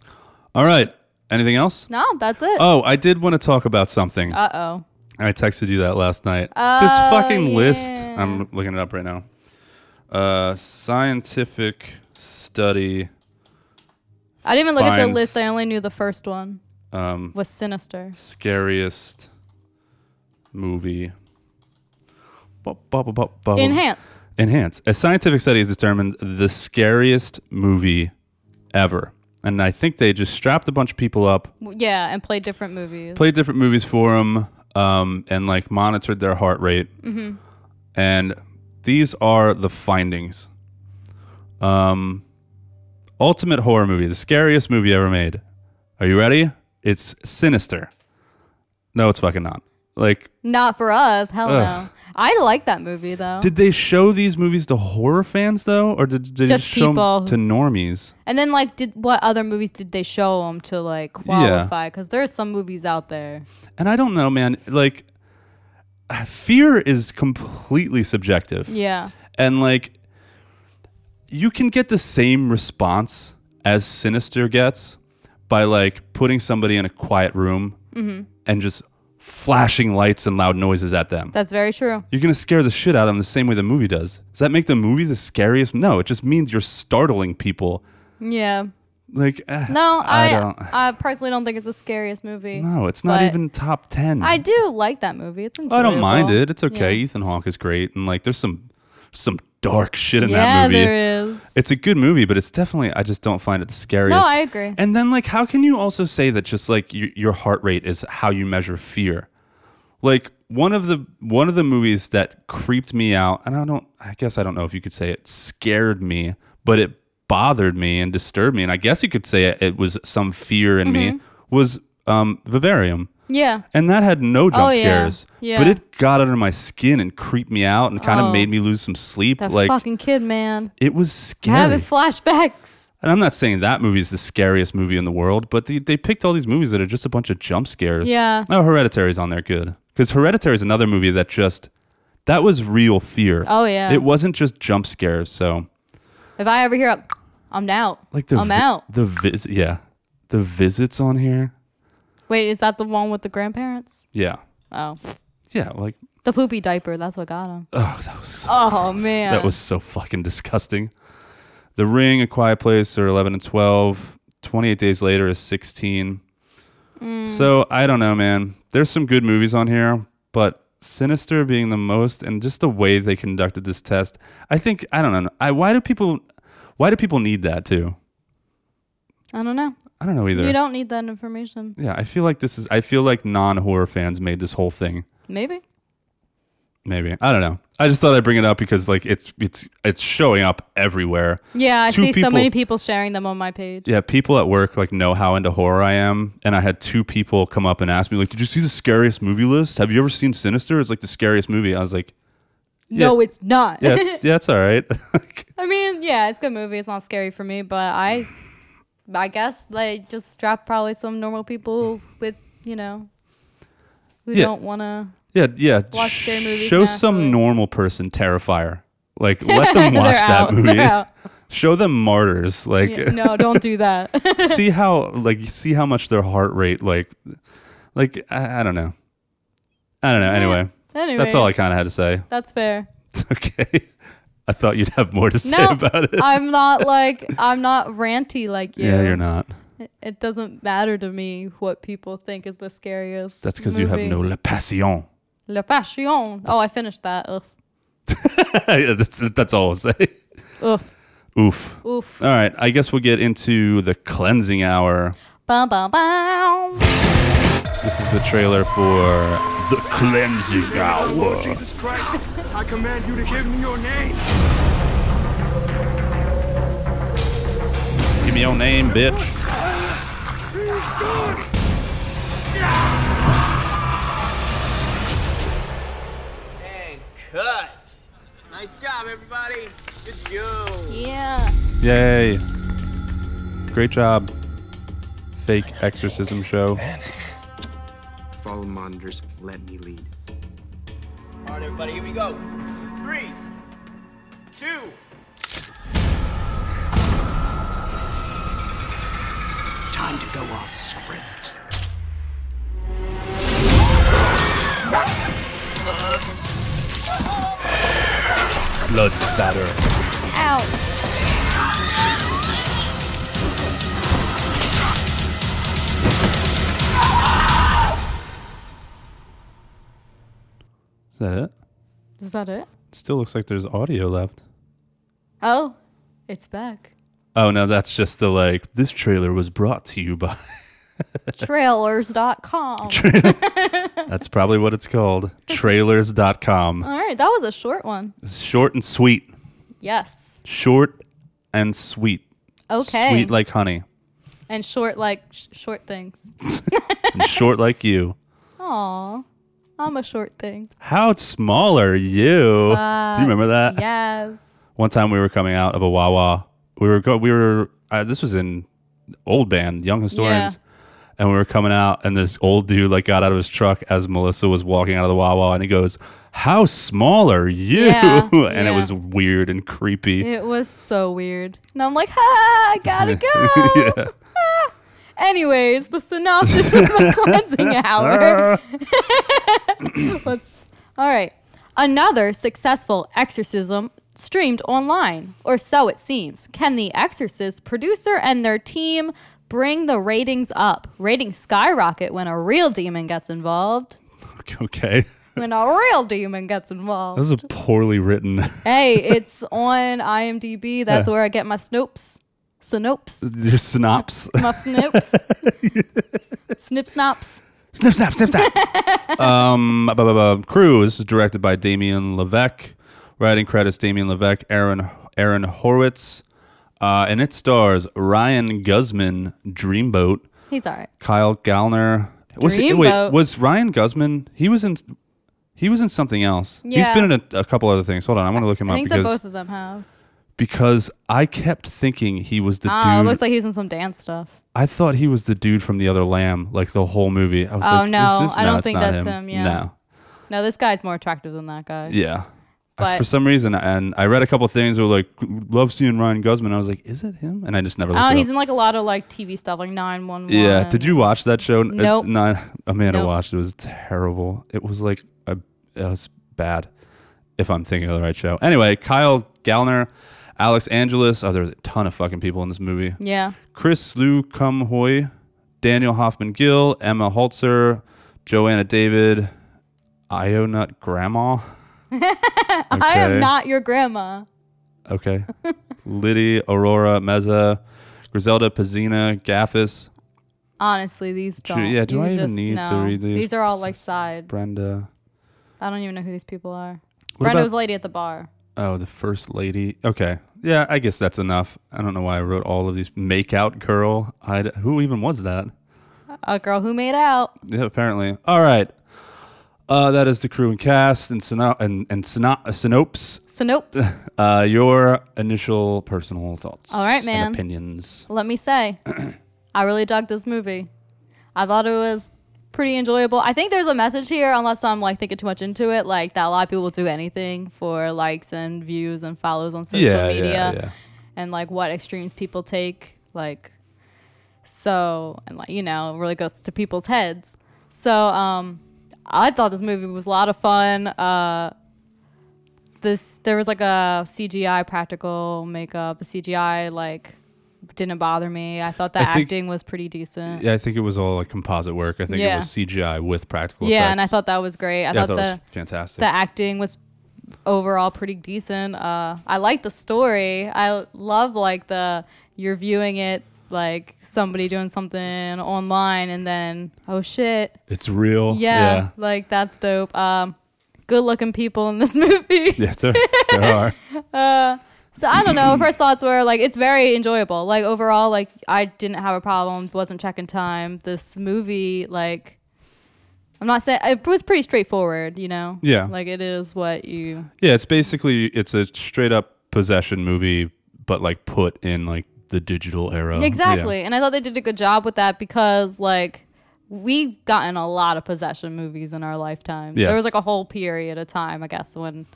All right, anything else? No, that's it. Oh, I did want to talk about something. Uh oh. I texted you that last night. this Oh, fucking list. yeah. I'm looking it up right now. Uh, scientific study. I didn't even look at the finds- list. I only knew the first one Um, was sinister. scariest movie. Bu- bu- bu- bu- bu- Enhance. Enhance. A scientific study has determined the scariest movie ever. And I think they just strapped a bunch of people up, W- Yeah, and play different movies. played different movies for them, um, and like monitored their heart rate. Mm-hmm. And these are the findings. Um, ultimate horror movie, the scariest movie ever made. Are you ready? It's Sinister. No, it's fucking not. Like, Not for us. Hell Ugh. no. I like that movie though. did they show these movies to horror fans though, or did, did they Just just show 'em people. to normies? and then like, did what other movies did they show them to like qualify? Because there are some movies out there. And I don't know, man. Like, fear is completely subjective. Yeah. and like you can get the same response as Mm-hmm. sinister gets by like putting somebody in a quiet room and just flashing lights and loud noises at them. That's very true. You're going to scare the shit out of them the same way the movie does. Does that make the movie the scariest? No, it just means you're startling people. Yeah. Like, eh, No, I I, don't. personally don't think it's the scariest movie. No, it's not but even top 10. I do like that movie. It's I enjoyable. don't mind it. It's okay. Yeah, Ethan Hawke is great, and like there's some some dark shit in Yeah, that movie. there is. It's a good movie, but it's definitely I just don't find it the scariest. I agree. And then like, how can you also say that just like y- your heart rate is how you measure fear? Like one of the one of the movies that creeped me out, and I don't, I guess I don't know if you could say it scared me, but it bothered me and disturbed me, and I guess you could say it, it was some fear in me. Mm-hmm. Was um, Vivarium yeah. and that had no jump Oh, yeah. scares. Yeah. But it got under my skin and creeped me out and kind of Oh. made me lose some sleep. That Like fucking kid, man. it was scary. Having flashbacks. and I'm not saying that movie is the scariest movie in the world, but they, they picked all these movies that are just a bunch of jump scares. Yeah. Oh, Hereditary's on there good because Hereditary is another movie that just that was real fear. Oh, yeah. It wasn't just jump scares. So If I ever hear, a, I'm out. like the I'm vi- out. the visit yeah the visits on here Wait, is that the one with the grandparents? yeah Oh, yeah like the poopy diaper. That's what got him. oh that was so Oh man. That was so fucking disgusting. The Ring, A Quiet Place are 11 and 12. 28 Days Later is 16. Mm. So I don't know, man. There's some good movies on here, but Sinister being the most, and just the way they conducted this test, I think I don't know. I why do people, why do people need that too? I don't know. I don't know either. You don't need that information. yeah, I feel like this is. I feel like non-horror fans made this whole thing. Maybe. Maybe I don't know. I just thought I'd bring it up because like it's it's it's showing up everywhere. Yeah, I Two see so people- many people sharing them on my page. yeah, people at work like know how into horror I am, and I had two people come up and ask me like, "Did you see the scariest movie list? Have you ever seen Sinister? It's like the scariest movie." I was like, No, it's not. "Yeah, yeah, that's all right." I mean, yeah, it's a good movie. It's not scary for me, but I, I guess they just strap probably some normal people with you know, who Yeah. don't want to. yeah, yeah. Watch scary movies Show some naturally. normal person Terrifier. Like, let them watch that movie. Show them Martyrs. Like, no, don't do that. see how like see how much their heart rate like, like I, I don't know, I don't know. Anyway, anyway, that's all I kind of had to say. That's fair. okay, I thought you'd have more to say No, about it. I'm not like I'm not ranty like you. yeah, you're not. It, it doesn't matter to me what people think is the scariest. That's because you have movie. no la passion. La Passion. Oh, I finished that. Ugh. yeah, that's, that's all I'll say. Ugh. Oof. Oof. All right, I guess we'll get into the cleansing hour. Bum, bum, bum. This is the trailer for the cleansing hour. Jesus Christ, I command you to give me your name. Give me your name, bitch. He's gone. And cut. Nice job, everybody. Good job. Yeah. Yay! Great job. Fake exorcism show. Follow the monitors. Let me lead. All right, everybody, here we go. Three, two. Time to go off script. Blood spatter. Ow. Is that it? Is that it? Still looks like there's audio left. Oh, it's back. Oh no, that's just the like. This trailer was brought to you by. Trailers.com. That's probably what it's called. Trailers.com. All right, that was a short one. It's short and sweet. Yes. short and sweet. Okay. Sweet like honey and short like sh- short things. and short like you. Aw, I'm a short thing. How small are you? Uh, Do you remember that? Yes. One time we were coming out of a Wawa. We were go. We were. Uh, this was in old band, young historians. And we were coming out, and this old dude like got out of his truck as Melissa was walking out of the Wawa, and he goes, "How small are you?" Yeah, and it yeah. was weird and creepy. It was so weird. And I'm like, ha, I gotta go. yeah. Anyways, the synopsis of the cleansing hour. Let's. All right. Another successful exorcism streamed online, or so it seems. Can the exorcist producer and their team bring the ratings up? Ratings skyrocket when a real demon gets involved. Okay. When a real demon gets This involved. is a poorly written. hey, it's on IMDb. That's Yeah. where I get my snopes. Synopes. Your synopsis. My snips. Snip snaps. snip, snap, snip, snap. um, bu- bu- bu- Cruise is directed by Damien Levesque. Writing credits: Damien Levesque, Aaron Aaron Horwitz, uh, and it stars Ryan Guzman, Dreamboat, He's all right. Kyle Gallner. Was he- wait, Dreamboat. was Ryan Guzman? He was in. He was in something else. Yeah. He's been in a, a couple other things. Hold on, I want to look him I up think that because both of them have. because I kept thinking he was the Oh, it dude. looks like he's in some dance stuff. I thought he was the dude from the other lamb, like the whole movie. I was Oh, like, is no, this- I don't it's think not that's him, yeah. No, No, this guy's more attractive than that guy. yeah. I- But- for some reason, and I read a couple things where like love seeing Ryan Guzman. I was like, is it him? And I just never. Oh, looked it he's up. in like a lot of like TV stuff, like 911. yeah. Did you watch that show? N- Nope. uh, Not Amanda Nope. watched. It was terrible. It was like a, it was bad. If I'm thinking of the right show. Anyway, Kyle Gallner, Alex Angelus. Oh, there's a ton of fucking people in this movie. Yeah. Chris Liu Kum Hoi, Daniel Hoffman Gill, Emma Holzer, Joanna David, Ionut Grandma. I am Okay. not your grandma. Okay. Liddy, Aurora, Meza, Griselda, Pazina, Gaffis, Honestly, these True, don't. yeah, do you I even just- need to no. read these? These are all like side. Brenda. I don't even know who these people are. What Brenda about- was a lady at the bar. Oh, the first lady. Okay. Yeah, I guess that's enough. I don't know why I wrote all of these. Makeout girl. i who even was that? A girl who made out. Yeah, apparently. All right. Uh, that is the crew and cast and, syno- and, and syno- uh, synopes. Synopes. Uh, your initial personal thoughts. All and right, man. opinions. let me say, I really dug this movie. I thought it was pretty enjoyable. I think there's a message here, unless I'm like thinking too much into it, like that a lot of people will do anything for likes and views and follows on social yeah, media yeah, yeah. and like what extremes people take, like so and like you know, it really goes to people's heads. So um I thought this movie was a lot of fun. Uh this there was like a CGI practical makeup. The CGI like didn't bother me. I thought the I think- acting was pretty decent. Yeah, Yeah, I think it was all like composite work. I think Yeah. it was CGI with practical and I effects. thought that was great. yeah, I thought I thought the it was fantastic. the acting was overall pretty decent. Uh, I like the story. I love like the you're viewing it like somebody doing something online and then oh shit it's real. yeah, Yeah. like that's dope. Um, good looking people in this movie. Yeah, there, there are. So I don't know. First thoughts were like it's very enjoyable. Like overall, like I didn't have a problem. Wasn't checking time. This movie, like. I'm not saying it was pretty straightforward, you know. Yeah. Like it is what you Yeah, it's basically it's a straight up possession movie, but like put in like the digital era. Oh, Yeah. Exactly. And I thought they did a good job with that because like we've gotten a lot of possession movies in our lifetime. There Yes. was like a whole period of time, I guess, when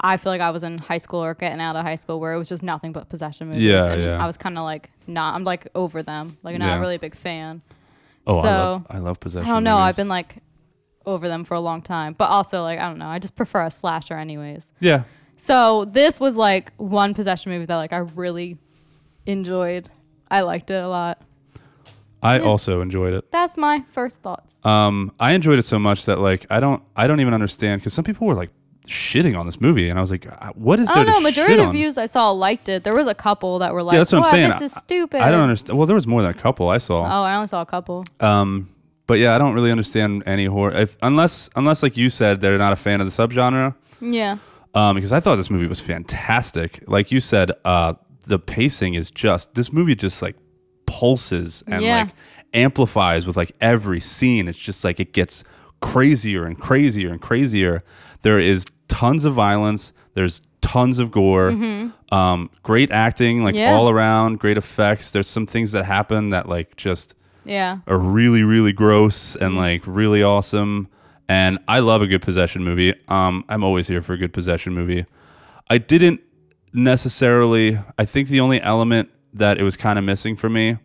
I feel like I was in high school or getting out of high school where it was just nothing but possession movies. Yeah, and yeah. I was kinda like not I'm like over them. Like not Yeah. really a big fan. Oh, I, So- love, I love possession. I don't know, movies. I've been like over them for a long time. But also like I don't know, I just prefer a slasher anyways. Yeah. So this was like one possession movie that like I really enjoyed. I liked it a lot. I also enjoyed it. That's my first thoughts. Um, I enjoyed it so much that like I don't I don't even understand because some people were like shitting on this movie, and I was like, "Uh, what is I there don't know. to Majority shit of on? views I saw liked it. There was a couple that were like, Yeah, that's what I'm "What, saying. This is I- stupid. I don't understand. Well, there was more than a couple I saw. Oh, I only saw a couple. Um, but yeah, I don't really understand any horror if, unless unless like you said they're not a fan of the subgenre. yeah. Um, because I thought this movie was fantastic. Like you said, uh, the pacing is just this movie just like pulses and Yeah. like amplifies with like every scene. It's just like it gets crazier and crazier and crazier. There is tons of violence. There's tons of gore. Um, great acting, like Mm-hmm. Yeah. all around. Great effects. There's some things that happen that like just Yeah. are really really gross and like really awesome and i love a good possession movie um i'm always here for a good possession movie i didn't necessarily i think the only element that it was kind of missing for me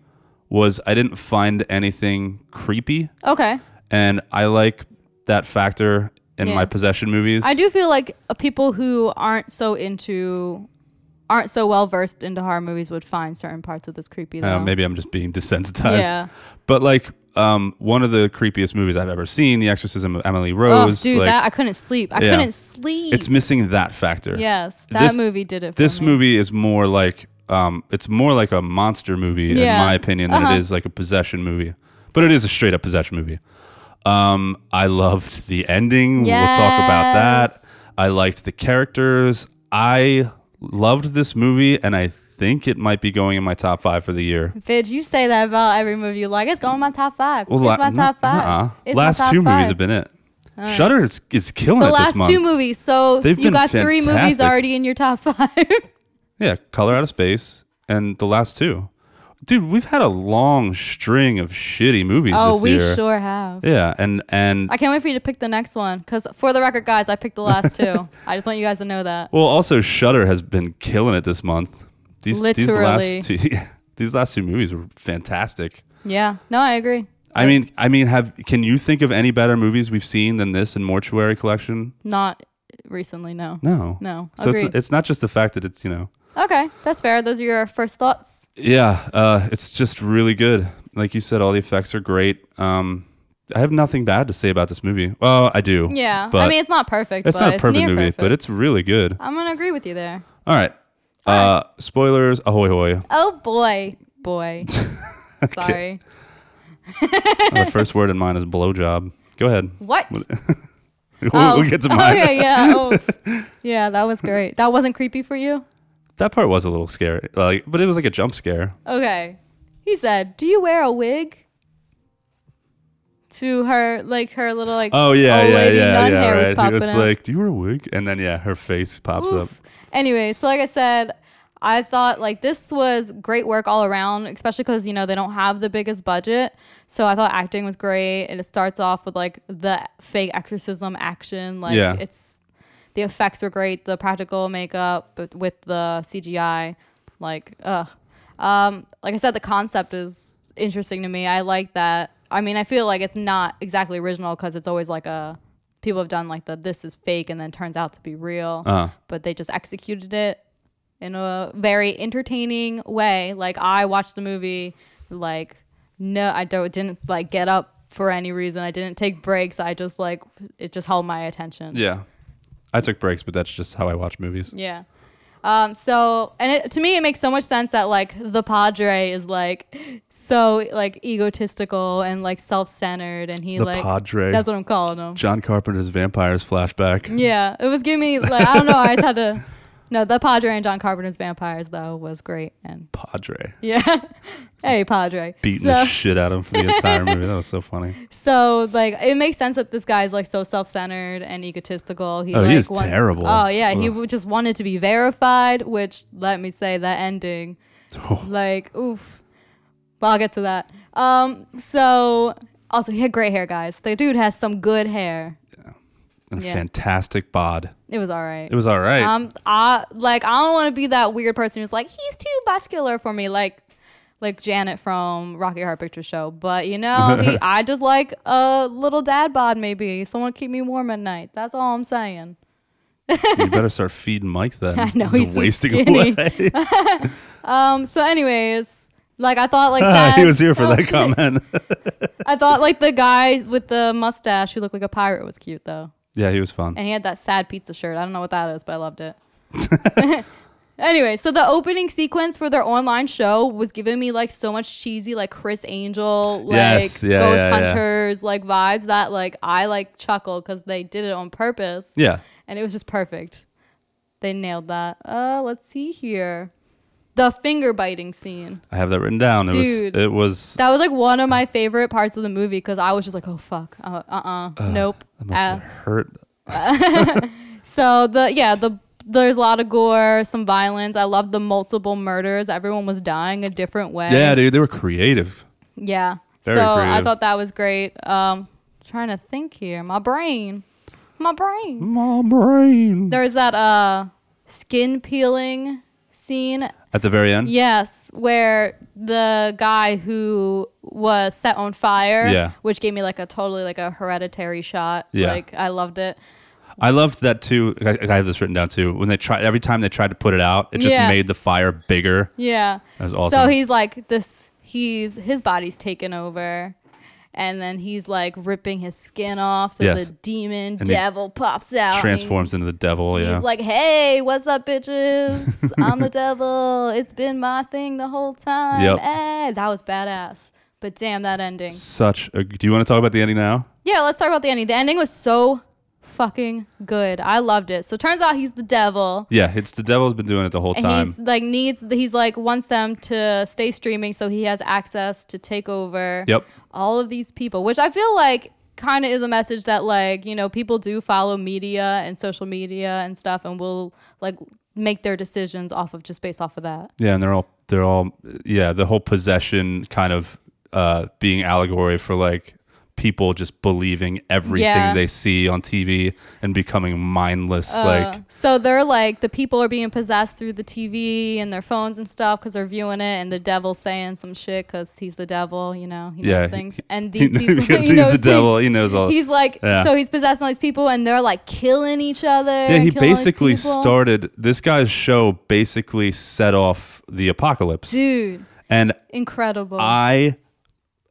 was I didn't find anything creepy, Okay. and I like that factor in Yeah. my possession movies. I do feel like uh, people who aren't so into, aren't so well versed into horror movies would find certain parts of this creepy. Uh, though. maybe I'm just being desensitized. Yeah. But like um, one of the creepiest movies I've ever seen, The Exorcism of Emily Oh, Rose. dude, like, that I couldn't sleep. I Yeah. couldn't sleep. it's missing that factor. yes, that This- movie did it. For This me. movie is more like um, it's more like a monster movie Yeah. in my opinion than it Uh-huh. is like a possession movie. But it is a straight up possession movie. Um, I loved the ending. We'll talk about that. Yes. I liked the characters. I loved this movie, and I think it might be going in my top five for the year. Bitch, you say that about every movie you like. It's going in my top five. Well, it's my la- top five. nuh-uh. It's my last top two five. movies have been it. Shutter is, is killing the it last this month. two movies. So They've you been got three movies fantastic. already in your top five. Yeah, Color Out of Space and the last two. Dude, we've had a long string of shitty movies oh, this we year. sure have. Yeah, and and I can't wait for you to pick the next one. Because for the record, guys, I picked the last two. I just want you guys to know that. well, also Shutter has been killing it this month. These Literally. these last two these last two movies were fantastic. Yeah. No, I agree. I mean, I mean, have can you think of any better movies we've seen than this in Mortuary Collection? Not recently, no. No, No, So it's, agreed. it's not just the fact that it's you know Okay, that's fair. Those are your first thoughts. Yeah, uh, it's just really good. Like you said, all the effects are great. Um, I have nothing bad to say about this movie. Well, I do. Yeah. but I mean, it's not perfect. it's but not a perfect near movie, perfect. Uh, but it's really good. I'm going to agree with you there. All right. Uh, spoilers. Ahoy, hoy. Oh, boy. Boy. Sorry. the first word in mine is blowjob. Go ahead. What? We'll, Oh. we'll get to mine. Okay, yeah. Oh. yeah, that was great. That wasn't creepy for you? That part was a little scary, like, but it was like a jump scare. Okay. He said, "Do you wear a wig?" To her, like her little like Oh yeah, old yeah, lady yeah, nun yeah. hair was right. popping He was out. like, "Do you wear a wig?" And then yeah, her face pops Oof. Anyway, so like I said, I thought like this was great work all around, especially because you know they don't have the biggest budget. So I thought acting was great, and it starts off with like the fake exorcism action. Like Yeah. it's the effects were great, the practical makeup but with the CGI. Like ugh, um, like I said, the concept is interesting to me. I like that. I mean, I feel like it's not exactly original because it's always like a people have done like the this is fake and then turns out to be real up. Uh, but they just executed it in a very entertaining way. Like I watched the movie, like no, I don't didn't like get up for any reason. I didn't take breaks. I just like it just held my attention. yeah. I took breaks, but that's just how I watch movies. Yeah. Um, so, and it, to me, it makes so much sense that like the Padre is like so like egotistical and like self-centered, and he The like Padre. That's what I'm calling him. John Carpenter's vampires flashback. Yeah, it was giving me like I don't know. I just had to. No, the Padre and John Carpenter's Vampires though was great, and Padre Yeah. hey, Padre. beating so, the shit out of him for the entire movie. That was so funny. so like it makes sense that this guy's like so self-centered and egotistical. He Oh, like he is wants- terrible. Oh yeah, he w- just wanted to be verified, which let me say that ending, like oof. But I'll get to that. Um. So also he had gray hair, guys. The dude has some good hair. And a Yeah. fantastic bod. It was all right. It was all right. Um, I like I don't want to be that weird person who's like he's too muscular for me, like like Janet from Rocky Horror Picture Show. But you know, he, I just like a little dad bod, maybe someone keep me warm at night. That's all I'm saying. you better start feeding Mike then. I know, he's so wasting skinny. away. Um, so anyways, like I thought, like he sad- was here for Oh, that comment. I thought like the guy with the mustache who looked like a pirate was cute though, yeah, he was fun. and he had that sad pizza shirt. I don't know what that is, but I loved it. Anyway, so the opening sequence for their online show was giving me like so much cheesy, like Chris Angel, like Yes, yeah, Ghost yeah, yeah. Hunters, like vibes that like I like chuckled because they did it on purpose Yeah. and it was just perfect. They nailed that. Uh, let's see here. The finger biting scene. I have that written down. It Dude. was it was That was like one of my favorite parts of the movie because I was just like, oh fuck, uh uh, uh nope. that must Uh, have hurt. So the yeah the there's a lot of gore, some violence. I love the multiple murders. Everyone was dying a different way. Yeah, dude, they were creative. Yeah. Very so I creative. thought that was great. Um, trying to think here, my brain, my brain. My brain. There's that uh skin peeling scene At the very end? Yes, where the guy who was set on fire, Yeah. which gave me like a totally like a hereditary shot. Yeah. Like I loved it. I loved that too. I, I have this written down too. When they tried, every time they tried to put it out, it just Yeah. made the fire bigger. Yeah. That was So awesome. he's like this he's his body's taken over and then he's like ripping his skin off so Yes. the demon And he devil pops out. and Transforms into the devil. he- Yeah. He's like, "Hey, what's up, bitches? I'm the devil. It's been my thing the whole time." Yep. Eh, that was badass. But damn, that ending. Such a. Do you want to talk about the ending now? Yeah, let's talk about the ending. The ending was so fucking good. I loved it. So turns out he's the devil. Yeah. It's the devil's been doing it the whole And time. he's like needs he's like wants them to stay streaming so he has access to take over Yep. all of these people, which I feel like kind of is a message that like, you know, people do follow media and social media and stuff and will like make their decisions off of just based off of that. Yeah, and they're all they're all yeah, the whole possession kind of uh being allegory for like people just believing everything Yeah. Uh, they see on TV and becoming mindless like So they're like the people are being possessed through the TV and their phones and stuff because they're viewing it, and the devil's saying some shit because he's the devil, you know, he yeah, knows things. he- And these he- people, because he he's knows the things. devil, he knows all. He's like, Yeah. so he's possessing all these people, and they're like killing each other. yeah, and he killing all these basically people. started this guy's show basically set off the apocalypse. Dude, And incredible. I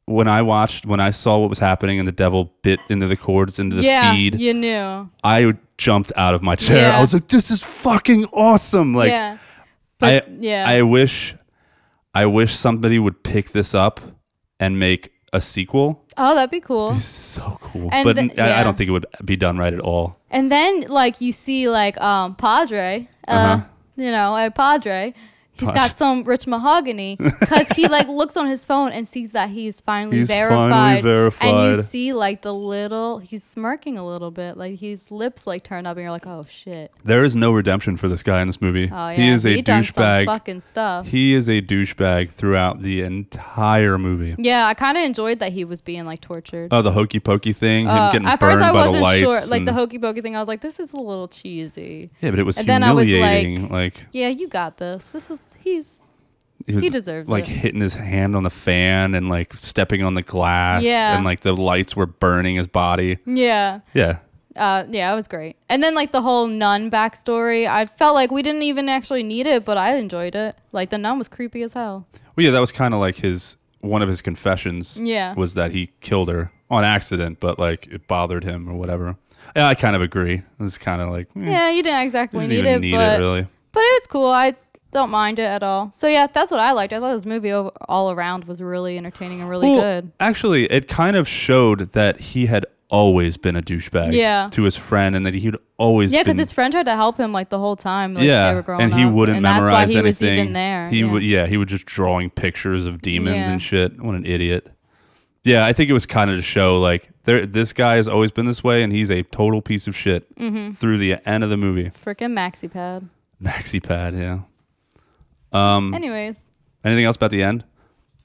when I watched when I saw what was happening and the devil bit into the cords into the yeah, feed you knew. I jumped out of my chair. Yeah. I was like, "This is fucking awesome!" Like, yeah. I, but- yeah. I wish, I wish somebody would pick this up and make a sequel. Oh, that'd be cool. So cool, And but the- I- I, yeah. don't think it would be done right at all. And then like you see like um Padre, uh, you know, uh, Padre. He's Uh-huh. Padre. got some rich mahogany because he like looks on his phone and sees that he's finally He's verified. finally And you verified. see like the little he's smirking a little bit, like his lips like turned up, and you're like, oh shit. There is no redemption for this guy in this movie. Oh yeah, He is a done some douchebag. Fucking stuff. He is a douchebag throughout the entire movie. yeah, I kind of enjoyed that he was being like tortured. Oh, the hokey pokey thing, him Uh, getting at burned first, I by wasn't the lights. sure. Like and- the hokey pokey thing, I was like, "This is a little cheesy." yeah, but it was and then I was humiliating. like Yeah, you got this. This is he's he, was, He deserves like it. hitting his hand on the fan and like stepping on the glass Yeah. and like the lights were burning his body yeah. yeah Uh, yeah, it was great. And then like the whole nun backstory, I felt like we didn't even actually need it, but I enjoyed it. Like the nun was creepy as hell. well yeah that was kind of like his one of his confessions Yeah. was that he killed her on accident but like it bothered him or whatever yeah i kind of agree it's kind of like eh, Yeah, you didn't exactly didn't need even it, need but it really but it was cool. I don't mind it at all. So yeah, that's what I liked. I thought this movie o- all around was really entertaining and really well, good. actually it kind of showed that he had always been a douchebag Yeah. to his friend and that he'd always Yeah, because been his friend tried to help him like the whole time. Like, yeah, they were growing and he up, wouldn't and memorize that's why he anything. was even there. He yeah. would, yeah, he was just drawing pictures of demons Yeah. and shit. What an idiot! Yeah, I think it was kind of to show like there, this guy has always been this way, and he's a total piece of shit Mm-hmm. through the end of the movie. freaking maxi pad. Maxi pad, yeah. Um, Anyways, Anything else about the end?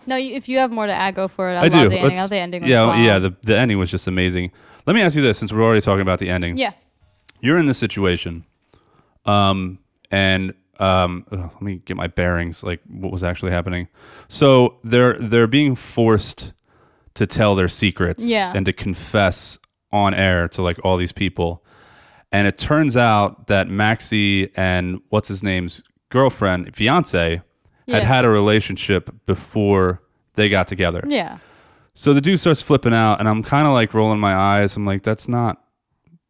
no, you, if you have more to add, go for it. I, I, love do. the ending. I Let's- thought the ending. Was yeah, bomb. yeah. The the ending was just amazing. Let me ask you this, since we're already talking about the ending. yeah. you're in this situation um and um ugh, let me get my bearings like what was actually happening so they're they're being forced to tell their secrets Yeah. and to confess on air to like all these people and it turns out that maxi and what's his name's girlfriend fiance Yeah. had had a relationship before they got together Yeah. so the dude starts flipping out, and I'm kind of like rolling my eyes. I'm like, that's not,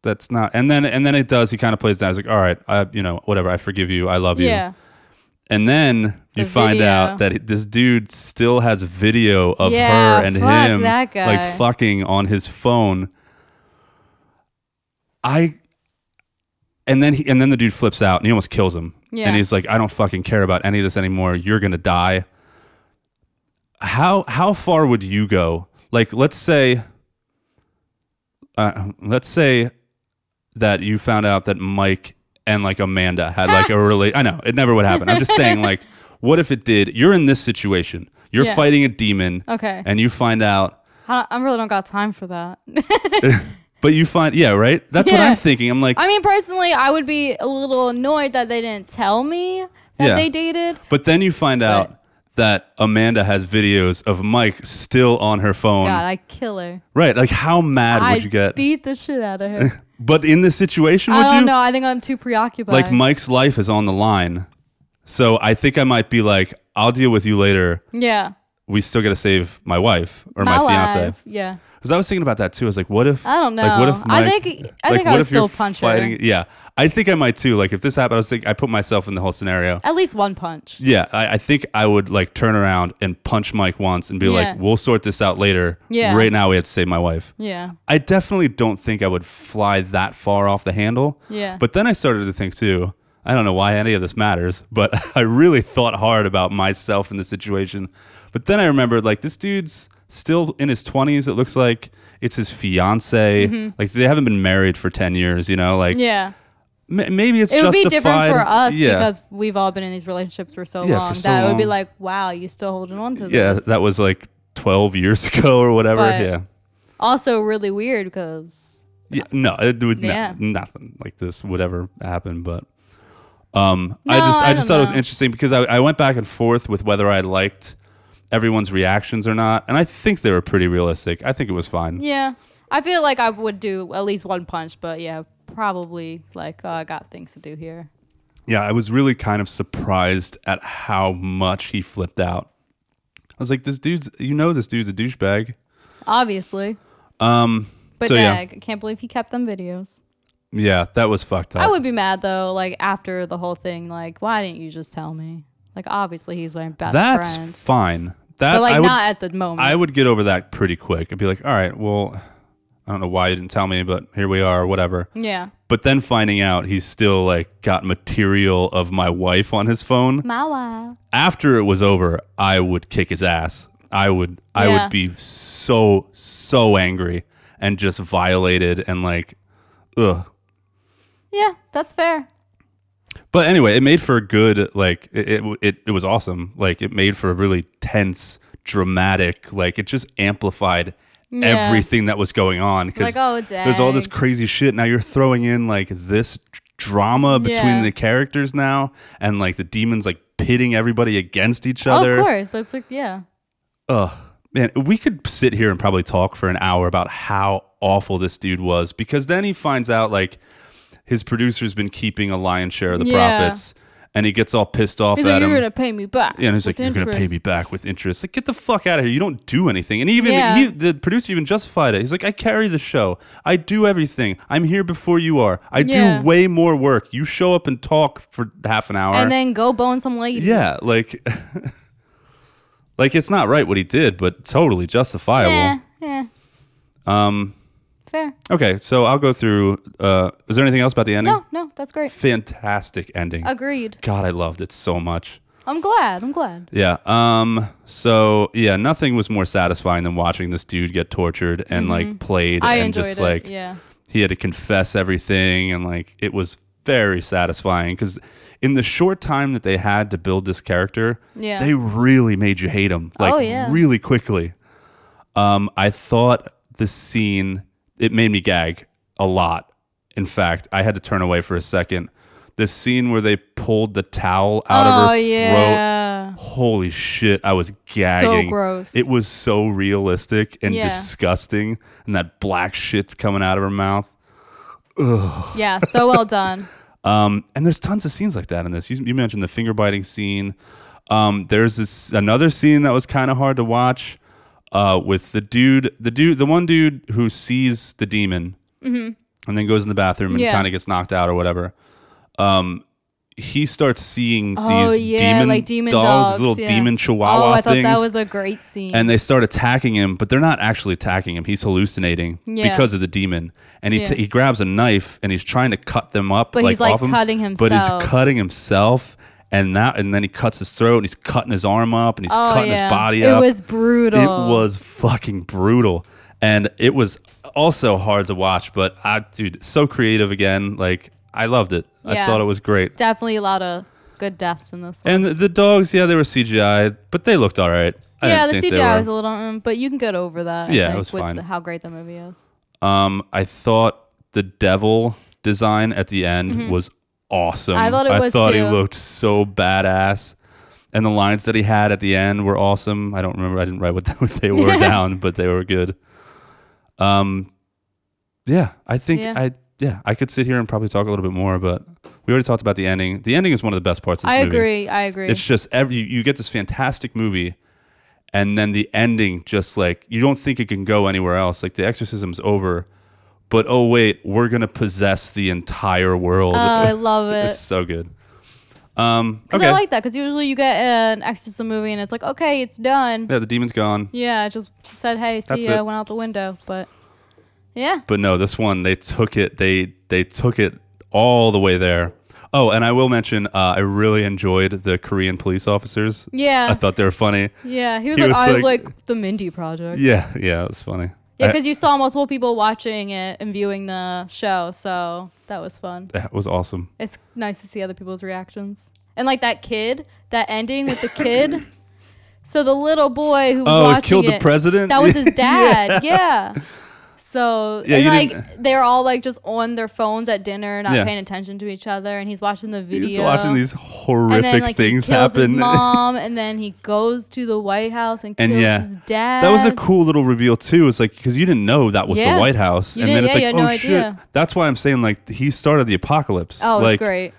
that's not. And then and then it does. He kind of plays down. He's like, all right, I, you know, whatever. I forgive you. I love you. Yeah. And then you The find video. out that this dude still has video of Yeah, her and fuck him, that guy. like fucking on his phone. I. And then he, and then the dude flips out and he almost kills him. Yeah. And he's like, I don't fucking care about any of this anymore. You're gonna die. How how far would you go? Like, let's say, uh, let's say that you found out that Mike and like Amanda had like a relate. I know it never would happen. I'm just saying, like, what if it did? You're in this situation. You're Yeah. fighting a demon. Okay. And you find out, I, I really don't got time for that. but you find, yeah, right. That's what Yeah. I'm thinking. I'm like, I mean, personally, I would be a little annoyed that they didn't tell me. But that Yeah. they dated. But then you find out that Amanda has videos of Mike still on her phone. God, I kill her. right. Like, how mad I would you get? beat the shit out of her. but in this situation, would I don't you? know. I think I'm too preoccupied. Like, Mike's life is on the line. So I think I might be like, I'll deal with you later. yeah, We still got to save my wife or my, fiance. life. Yeah, Because I was thinking about that too. I was like, what if? I don't Like, what know. if I Mike- think- I think I what would if you're still punch her. fighting, Yeah, I think I might too. Like if this happened, I was thinking I put myself in the whole scenario. at least one punch. Yeah, I, I think I would like turn around and punch Mike once and be Yeah. like, "We'll sort this out later. Yeah. Right now, we have to save my wife." Yeah, I definitely don't think I would fly that far off the handle. Yeah. But then I started to think too. I don't know why any of this matters, but I really thought hard about myself in the situation. But then I remembered like this dude's still in his 20s. It looks like it's his fiance. Like they haven't been married for 10 years, you know? Like Mm-hmm. yeah. ma- maybe it's It would be justified. different for us yeah. because we've all been in these relationships for so Yeah, for long so that it would be long. like, wow, you still holding on to this. yeah, that was like 12 years ago or whatever. But- yeah. Also, really weird because Yeah, no, it would no- Yeah. nothing like this would ever happen. But um, I No, just I, I just don't thought it was know. interesting because I, I went back and forth with whether I liked everyone's reactions or not, and I think they were pretty realistic. I think it was fine. yeah, I feel like I would do at least one punch, but yeah, probably like oh, I got things to do here. Yeah, I was really kind of surprised at how much he flipped out. I was like, this dude's you know this dude's a douchebag. Obviously, Um, but so yeah, yeah, I can't believe he kept them videos. yeah, that was fucked up. I would be mad though, like after the whole thing, like why didn't you just tell me? Like obviously he's my best That's friend, fine. That but like I would, not at the moment. I would get over that pretty quick. I'd be like, all right, well, I don't know why you didn't tell me, but here we are, whatever. yeah, But then finding out he's still like got material of my wife on his phone. my wife. After it was over, I would kick his ass. I would I Yeah. would be so so angry and just violated and like ugh. Yeah, that's fair. But anyway, it made for a good like it it it, it was awesome. Like it made for a really tense, dramatic, like it just amplified Yeah. everything that was going on because Like, oh, there's all this dang. crazy shit. Now you're throwing in like this d- drama between Yeah. the characters now and like the demons like pitting everybody against each other. Oh, of course, that's like yeah. Ugh. Man, we could sit here and probably talk for an hour about how awful this dude was because then he finds out like his producer's been keeping a lion's share of the Yeah. profits and he gets all pissed off He's at like, him. you're gonna pay me back. yeah, and he's with like, "You're gonna pay interest." me back with interest." Like, get the fuck out of here! You don't do anything. And even Yeah. he, the producer even justified it. He's like, "I carry the show. I do everything. I'm here before you are. I Yeah. do way more work. You show up and talk for half an hour, and then go bone some ladies. yeah, like like it's not right what he did, but totally justifiable. yeah, yeah. Um Fair. okay, so I'll go through uh is there anything else about the ending? No, no, that's great. Fantastic ending. Agreed. God, I loved it so much. I'm glad. I'm glad. Yeah. Um so yeah, nothing was more satisfying than watching this dude get tortured and like played Mm-hmm. I and enjoyed just it. like yeah. he had to confess everything and like it was very satisfying cuz in the short time that they had to build this character, Yeah. they really made you hate him like Oh, yeah. really quickly. Um I thought the scene it made me gag a lot. In fact, I had to turn away for a second. The scene where they pulled the towel out of oh her throat. yeah. Holy shit, I was gagging. gross. It was so realistic and Yeah. disgusting and that black shit's coming out of her mouth. Yeah. So well done. Um, and there's tons of scenes like that in this. You, you mentioned the finger biting scene. Um, there's this another scene that was kind of hard to watch uh, with the dude, the dude, the one dude who sees the demon and then goes in the bathroom and Mm-hmm. Yeah. kind of gets knocked out or whatever. Um, he starts seeing Oh, these yeah, demon, like demon dolls, dogs, these little yeah. demon chihuahua Oh, I thought things that was a great scene. and they start attacking him, but they're not actually attacking him. He's hallucinating Yeah. because of the demon, and he Yeah. t- he grabs a knife and he's trying to cut them up. But like, he's, like, off him, cutting But himself. he's cutting himself, and that and then he cuts his throat, and he's cutting his arm up, and he's oh, cutting yeah. his body it up. was brutal. It was fucking brutal, and it was also hard to watch. But I, dude, so creative again. Like I loved it. I Yeah. thought it was great. definitely a lot of good deaths in this one. And the, the dogs, yeah, they were CGI, but they looked all right. I yeah, didn't the think they CGI were- was a little, um, but you can get over that. I Yeah, it think, was with fine. the- how great the movie is. Um, I thought the devil design at the end was awesome. Mm-hmm. I thought it was thought he too. looked so badass. And the lines that he had at the end were awesome. I don't remember. I didn't write what what they were down, but they were good. Um, yeah, I think Yeah. I yeah I could sit here and probably talk a little bit more, but we already talked about the ending. The ending is one of the best parts of this I movie. agree. I agree. It's just every you, you get this fantastic movie, and then the ending just like you don't think it can go anywhere else. Like the exorcism's over, but oh wait, we're gonna possess the entire world. oh, I love it. it's so good. Um, Because okay, I like that. Because usually you get an exorcism movie and it's like, okay, it's done. yeah, the demon's gone, Yeah, it just said, hey, see That's ya, it. went out the window. But yeah, but no, this one they took it. They they took it all the way there. Oh, and I will mention, uh, I really enjoyed the Korean police officers. Yeah. I thought they were funny. yeah. He was He like, was I like- like, the Mindy Project. Yeah, Yeah, yeah, it was funny. I- because you saw multiple people watching it and viewing the show. So that was fun. that was awesome. It's nice to see other people's reactions. And like that kid, that ending with the kid. so the little boy who was Oh, watching killed the it- president? That was his dad. yeah. So Yeah, and you like didn't- they're all like just on their phones at dinner, not Yeah. paying attention to each other, and he's watching the video. He's watching these and horrific then, like, things he kills happen. His mom, and then he goes to the White House and kills and yeah, his dad. that was a cool little reveal too. It's like because you didn't know that was Yeah. the White House, You and then didn't- it's yeah, like, you had oh no idea. shit. That's why I'm saying like he started the apocalypse. Oh, it was like, great.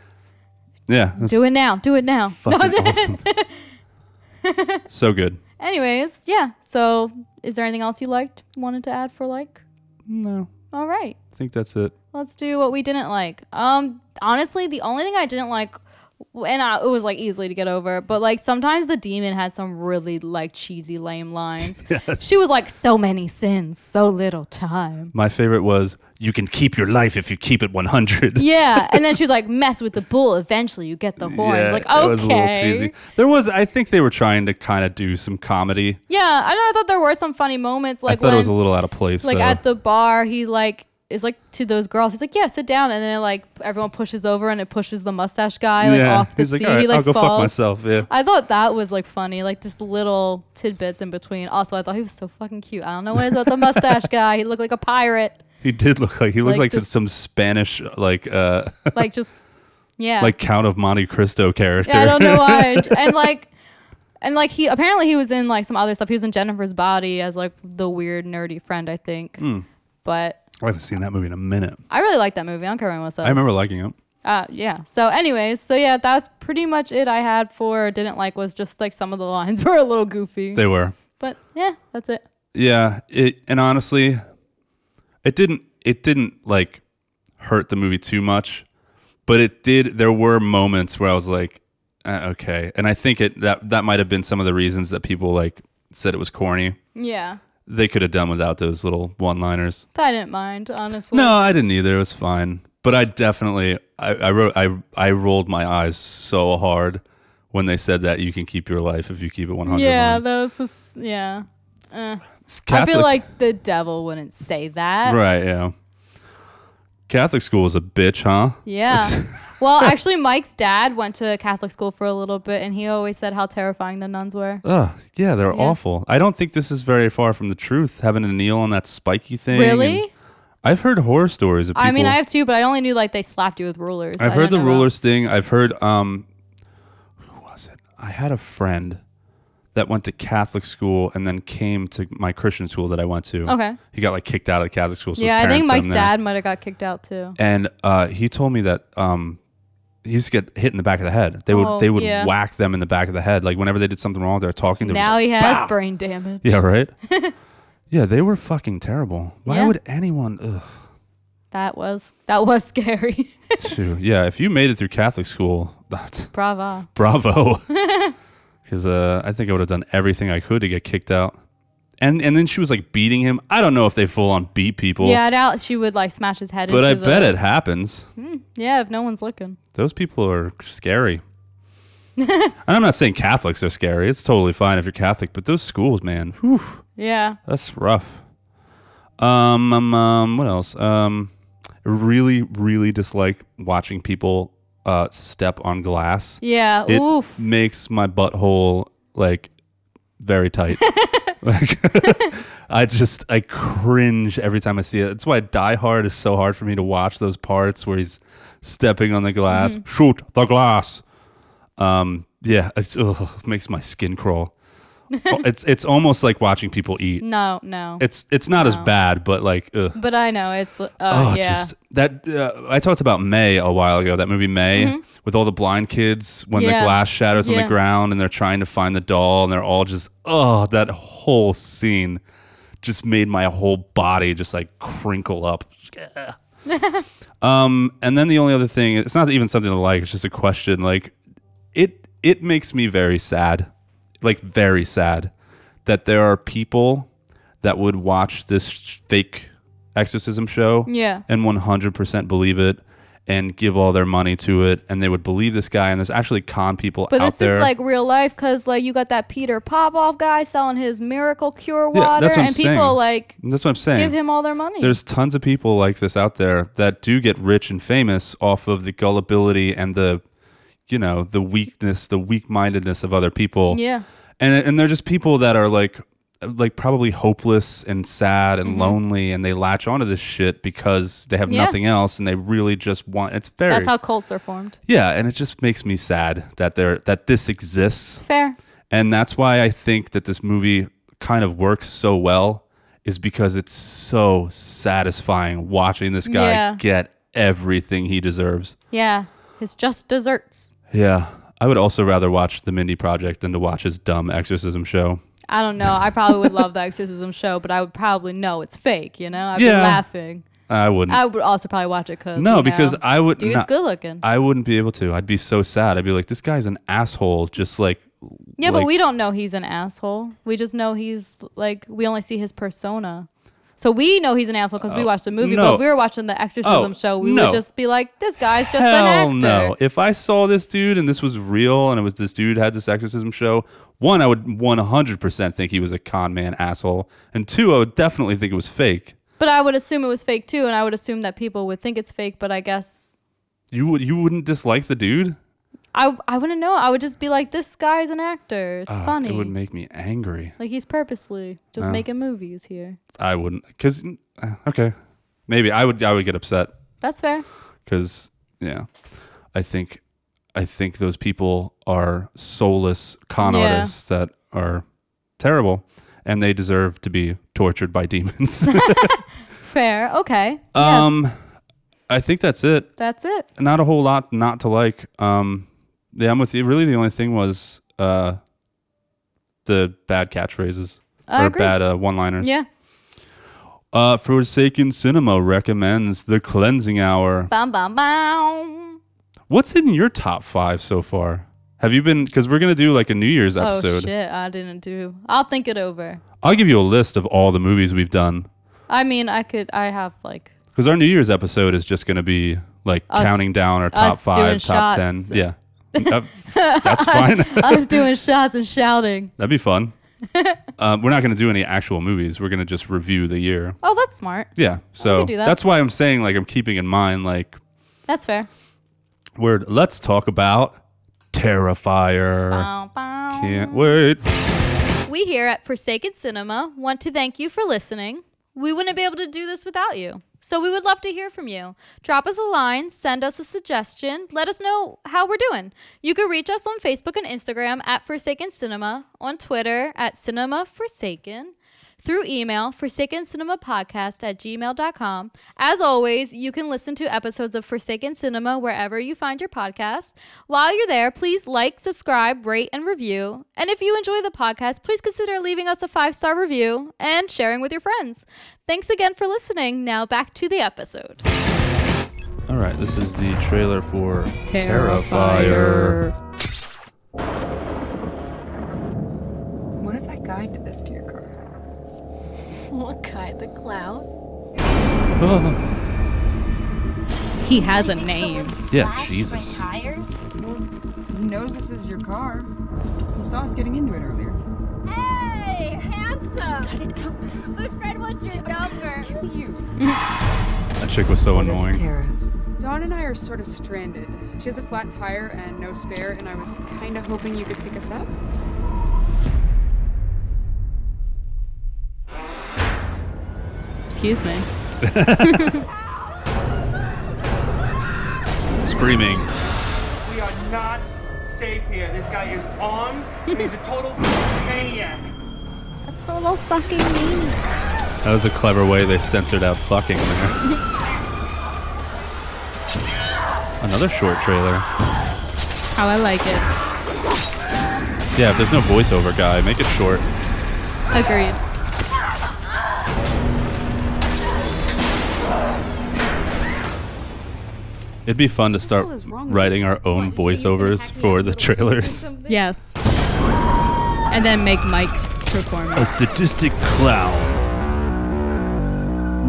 Yeah, that's Do it now. Do it now. No, fucking awesome. so good. Anyways, yeah. So, is there anything else you liked, wanted to add for like? No, All right. I think that's it. Let's do what we didn't like. Um, honestly, the only thing I didn't like, and I, it was like easily to get over, but like sometimes the demon had some really like cheesy, lame lines. She was like, "So many sins, so little time." My favorite was you can keep your life if you keep it 100. Yeah, and then she was like, "Mess with the bull, eventually you get the horns." Yeah, like, it was a little okay. cheesy. There was, I think they were trying to kind of do some comedy. Yeah, I know. I thought there were some funny moments, like I thought when, it was a little out of place. like though. at the bar, he like is like to those girls. He's like, "Yeah, sit down," and then like everyone pushes over and it pushes the mustache guy like yeah, off the he's like, seat. all right, he like I'll go falls. fuck myself. Yeah. I thought that was like funny, like just little tidbits in between. Also, I thought he was so fucking cute. I don't know what is with the mustache guy. He looked like a pirate, He did look like he looked Like like, just- some Spanish like uh like just yeah, like Count of Monte Cristo character. yeah. I don't know why. and like, and like he apparently he was in like some other stuff. He was in Jennifer's Body as like the weird nerdy friend, I think. Hmm. But I haven't seen that movie in a minute. I really like that movie. I don't care what anyone says. I remember liking it. Uh, yeah. So, anyways, so yeah, that's pretty much it. I had for didn't like was just like some of the lines were a little goofy, They were. but yeah, that's it. Yeah, it and honestly it didn't it didn't like hurt the movie too much, but it did there were moments where I was like uh, okay. And I think it that that might have been some of the reasons that people like said it was corny. Yeah, They could have done without those little one-liners. but I didn't mind honestly. No, I didn't either. It was fine. But I definitely I, I wrote I I rolled my eyes so hard when they said that you can keep your life if you keep it one hundred. Yeah, that was just, yeah. Eh. I feel like the devil wouldn't say that. Right, yeah. Catholic school was a bitch, huh? Yeah. well, actually, Mike's dad went to Catholic school for a little bit, and he always said how terrifying the nuns were. Ugh, yeah, they're awful. I don't think this is very far from the truth. Having to kneel on that spiky thing. and- Really? I've heard horror stories of people. I mean, I have two, but I only knew like they slapped you with rulers. I've I heard don't the know about- rulers thing. I've heard um who was it? I had a friend that went to Catholic school and then came to my Christian school that I went to. Okay. He got like kicked out of the Catholic school. So his Yeah, I think parents sent him Mike's there. dad might have got kicked out too. And uh, he told me that um he used to get hit in the back of the head. They would Oh, they would yeah. whack them in the back of the head. Like whenever they did something wrong, they were talking to Now him. he has brain damage. Yeah, right? yeah, they were fucking terrible. Why Yeah. would anyone ugh That was that was scary. shoot. Yeah, if you made it through Catholic school, that's Bravo. bravo because uh, i think i would have done everything i could to get kicked out and and then she was like beating him i don't know if they full on beat people yeah, I doubt she would like smash his head. but into i the, bet it happens Yeah, if no one's looking. those people are scary and i'm not saying catholics are scary it's totally fine if you're catholic but those schools man whew, Yeah. that's rough um, um, um what else um I really really dislike watching people uh step on glass Yeah. it Oof. makes my butthole like very tight. like I just I cringe every time I see it. That's why Die Hard is so hard for me to watch those parts where he's stepping on the glass. Shoot the glass. Um, yeah, it's, ugh, it makes my skin crawl. Oh, it's it's almost like watching people eat. No, no. It's it's not as bad, but like ugh. but I know it's. Uh, Oh, yeah. just that uh, I talked about May a while ago. That movie May with all the blind kids when Mm-hmm. Yeah. the glass shatters on Yeah. the ground and they're trying to find the doll and they're all just oh that whole scene just made my whole body just like crinkle up. um, and then the only other thing it's not even something to like. It's just a question. Like it it makes me very sad, like very sad that there are people that would watch this sh- fake exorcism show Yeah. and 100% believe it and give all their money to it and they would believe this guy and there's actually con people But out this there is like real life because like you got that Peter Popoff guy selling his miracle cure water, Yeah, that's what I'm and people saying. like that's what i'm saying give him all their money. there's tons of people like this out there that do get rich and famous off of the gullibility and the you know the weakness the weak-mindedness of other people Yeah. and and they're just people that are like like probably hopeless and sad and lonely and they latch onto this shit because they have Mm-hmm. Yeah. nothing else and they really just want it's very that's how cults are formed. yeah and it just makes me sad that there that this exists Fair. and that's why I think that this movie kind of works so well is because it's so satisfying watching this guy Yeah. get everything he deserves. Yeah. His just desserts. Yeah. I would also rather watch The Mindy Project than to watch his dumb exorcism show. I don't know. I probably would love the exorcism show, but I would probably know it's fake. You know, I'd be Yeah. laughing. I wouldn't. I would also probably watch it because no, because I would dude's not- good looking. I wouldn't be able to. I'd be so sad. I'd be like, this guy's an asshole. Just like yeah, like- but we don't know he's an asshole. We just know he's like we only see his persona. So we know he's an asshole because we watched the movie. Uh, no. But if we were watching the exorcism Oh, show, we no. would just be like, this guy's just Hell an actor. no! If I saw this dude and this was real, and it was this dude had this exorcism show, one, I would one hundred percent think he was a con man asshole, and two, I would definitely think it was fake. But I would assume it was fake too, and I would assume that people would think it's fake. But I guess You would you wouldn't dislike the dude? I I wouldn't know. I would just be like, this guy's an actor. It's Uh, funny. It would make Uh. me angry. like he's purposely just making movies here. I wouldn't, cause uh, okay, maybe I would. I would get upset That's fair. because yeah, I think I think those people are soulless con Yeah. artists that are terrible, and they deserve to be tortured by demons. Fair. Okay. yes, Um, I think that's it. that's it. Not a whole lot not to like. Um, yeah, I'm with you. Really, the only thing was uh, the bad catchphrases I or agree. bad uh, one-liners. Yeah. Uh, Forsaken Cinema recommends the Cleansing Hour. Bam bam bam. What's in your top five so far? Have you been? Because we're gonna do like a New Year's Oh episode. shit! I didn't do. I'll think it over. I'll give you a list of all the movies we've done. I mean, I could. I have like Because our New Year's episode is just gonna be like Us- counting down our top us doing five, top shots. ten. Yeah, Yep. that's fine. us doing shots and shouting. That'd be fun. um, we're not going to do any actual movies. We're going to just review the year. Oh, that's smart. Yeah. So could do that. that's why I'm saying, like, I'm keeping in mind, like, That's fair. word. Let's talk about Terrifier. Bow, bow. Can't wait. We here at Forsaken Cinema want to thank you for listening. We wouldn't be able to do this without you. So we would love to hear from you. Drop us a line, send us a suggestion, let us know how we're doing. You can reach us on Facebook and Instagram at Forsaken Cinema, on Twitter at Cinema Forsaken, through email, Forsaken Cinema Podcast at gmail.com. As always, you can listen to episodes of Forsaken Cinema wherever you find your podcast. While you're there, please like, subscribe, rate, and review. And if you enjoy the podcast, please consider leaving us a five star review and sharing with your friends. Thanks again for listening. Now back to the episode. All right. This is the trailer for Terrifier. What if that guy did this to your car? What guy, the clown? Ah. He has a Think name. someone Yeah, slashed Jesus. My tires? Well, he knows this is your car. He saw us getting into it earlier. Hey, handsome! Cut it out. My friend wants your number. Kill you. that chick was so annoying. Dawn and I are sort of stranded. She has a flat tire and no spare, and I was kind of hoping you could pick us up. Excuse me. Screaming. We are not safe here. This guy is armed and he's a total maniac. Total fucking me. That was a clever way they censored out fucking there. Another short trailer. How Oh, I like it. Yeah, if there's no voiceover guy, make it short. Agreed. It'd be fun to start hell is wrong with writing our own voiceovers for the trailers. Yes. And then make Mike perform. it. sadistic clown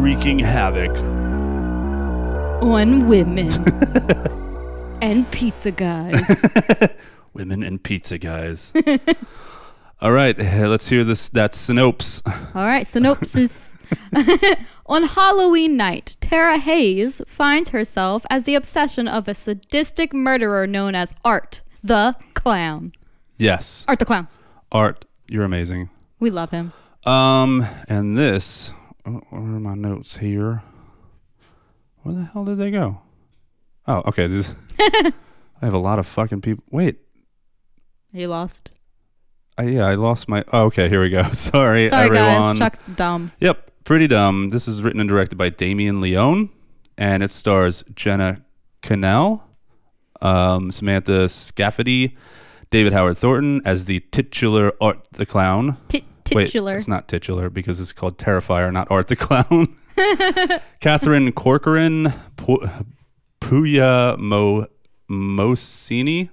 wreaking havoc On women. and pizza guys. Women and pizza guys. All right, eh, let's hear this. That's Snopes. All right, synopsis. On Halloween night, Tara Hayes finds herself as the obsession of a sadistic murderer known as Art the Clown. Yes, Art the Clown. Art, you're amazing. We love him. Um, and this. oh, Where are my notes here? Where the hell did they go? Oh, okay. This, I have a lot of fucking people. Wait, Are you lost? I, yeah, I lost my. Oh, okay, here we go. Sorry, Sorry, everyone. guys. Chuck's dumb. Yep, pretty dumb. This is written and directed by Damien Leone, and it stars Jenna Cannell, um, Samantha Scafidi, David Howard Thornton as the titular Art the Clown. Tit- Wait, titular. it's not titular because it's called Terrifier, not Art the Clown. Catherine Corcoran, Pu- Puya Mo- Mosini,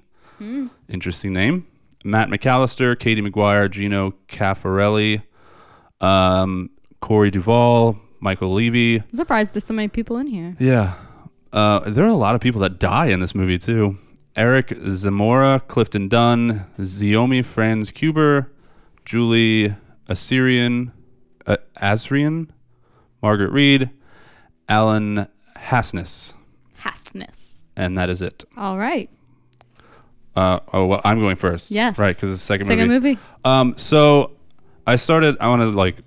interesting name. Matt McAllister, Katie McGuire, Gino Caffarelli, um, Corey Duvall, Michael Levy. I'm surprised there's so many people in here. Yeah. Uh, there are a lot of people that die in this movie, too. Eric Zamora, Clifton Dunn, Ziomi Franz Kuber, Julie Assyrian, uh, Asrian, Margaret Reed, Alan Hassness. Hastness. And that is it. All right. Uh, oh, well, I'm going first. Yes. Right, because it's the second, Second movie. Um, so I started. I want to like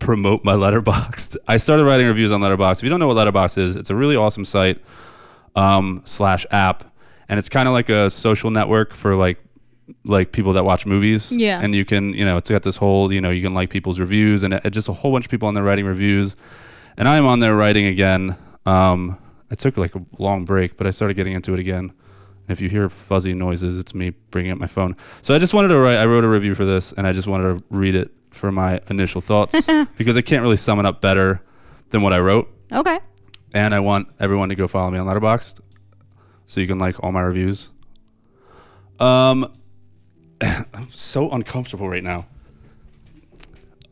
promote my Letterboxd. I started writing reviews on Letterboxd. If you don't know what Letterboxd is, it's a really awesome site um, slash app, and it's kind of like a social network for like like people that watch movies. Yeah. And you can you know it's got this whole you know you can like people's reviews and it, just a whole bunch of people on there writing reviews, and I'm on there writing again. Um, I took like a long break, but I started getting into it again. And If you hear fuzzy noises, it's me bringing up my phone. So I just wanted to write. I wrote a review for this, and I just wanted to read it for my initial thoughts because I can't really sum it up better than what I wrote. Okay. And I want everyone to go follow me on Letterboxd so you can like all my reviews. Um, I'm so uncomfortable right now.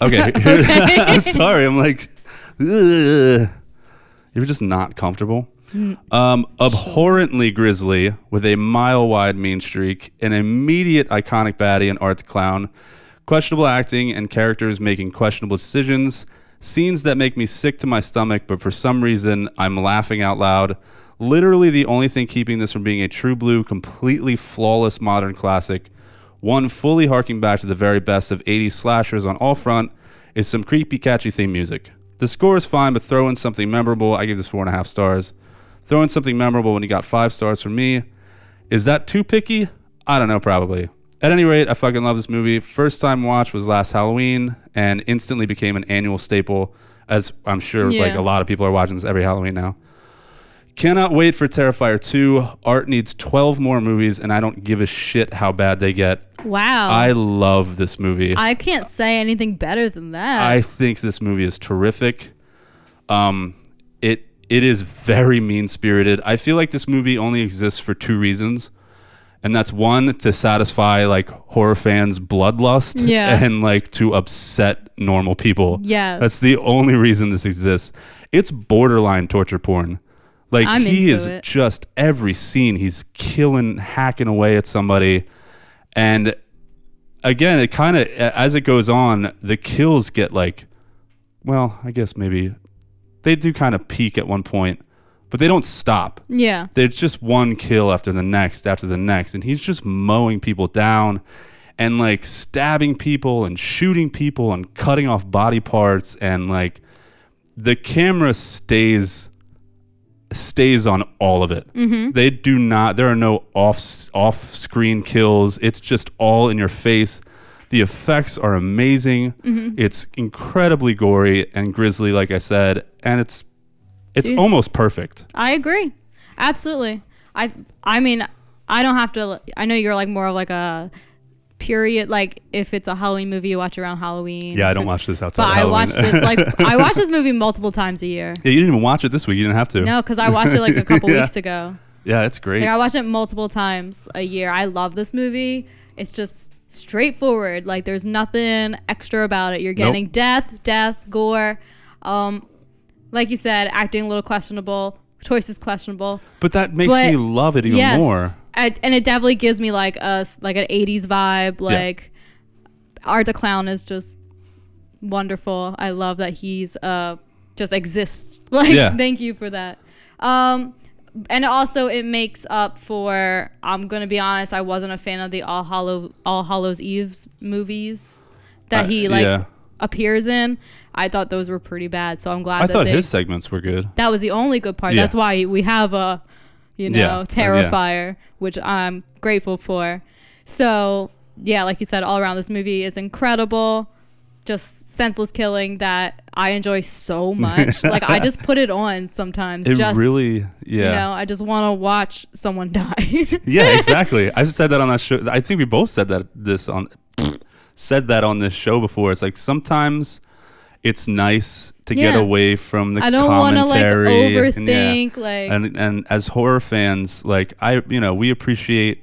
Okay, I'm sorry. I'm like, ugh. you're just not comfortable. Um, abhorrently grisly, with a mile wide mean streak, an immediate iconic baddie in Art the Clown, questionable acting and characters making questionable decisions, scenes that make me sick to my stomach, but for some reason I'm laughing out loud. Literally, the only thing keeping this from being a true blue, completely flawless modern classic, one fully harking back to the very best of 80s slashers on all front, is some creepy, catchy theme music. The score is fine, but throw in something memorable. I give this four and a half stars. Throw in something memorable when you got five stars from me. Is that too picky? I don't know, probably. At any rate, I fucking love this movie. First time watch was last Halloween and instantly became an annual staple, as I'm sure Yeah. like a lot of people are watching this every Halloween now. Cannot wait for Terrifier 2. Art needs 12 more movies, and I don't give a shit how bad they get. Wow. I love this movie. I can't say anything better than that. I think this movie is terrific. Um, it it is very mean spirited. I feel like this movie only exists for two reasons, and that's one to satisfy like horror fans' bloodlust, Yeah. and like to upset normal people. Yes. that's the only reason this exists. It's borderline torture porn. Like I'm he into is it. just every scene he's killing, hacking away at somebody, and again, it kind of as it goes on, the kills get like, well, I guess maybe they do kind of peak at one point, but they don't stop. yeah. There's just one kill after the next, after the next, and he's just mowing people down and like stabbing people and shooting people and cutting off body parts and like the camera stays stays on all of it. Mm-hmm. They do not. There are no off off screen kills. It's just all in your face. The effects are amazing. Mm-hmm. It's incredibly gory and grisly, like I said, and it's it's Dude. almost perfect. I agree. Absolutely. I I mean, I don't have to I know you're like more of like a period like if it's a Halloween movie you watch around Halloween. Yeah, I don't This- watch this outside But of I Halloween. watch this like I watch this movie multiple times a year. Yeah, you didn't even watch it this week. You didn't have to. No, cuz I watched it like a couple Yeah. weeks ago. Yeah, it's great. Like I watch it multiple times a year. I love this movie. It's just straightforward. Like there's nothing extra about it. You're getting death, death, gore. Um, like you said, acting a little questionable, choices questionable. but that makes but- me love it even yes, more. I, and it definitely gives me like a s- like an '80s vibe. Like Art the Clown is just wonderful. I love that he's uh just exists. Like Yeah. thank you for that. Um and also it makes up for I'm gonna be honest, I wasn't a fan of the All Hollow All Hallows Eve's movies that I- he like Uh, yeah. appears in. I thought those were pretty bad, so I'm glad I that thought they, his segments were good. that was the only good part. Yeah. That's why we have a, you know, Yeah, uh, yeah. Terrifier, which I'm grateful for. So yeah, like you said, all around this movie is incredible. Just senseless killing that I enjoy so much. like I just put it on sometimes. It just, really, yeah. You know, I just want to watch someone die. Yeah, exactly. I've said that on that show. I think we both said that this on said that on this show before. It's like sometimes it's nice to get Yeah. away from the I don't wanna, like, commentary. and, yeah. overthink, like- and and as horror fans, like I, you know, we appreciate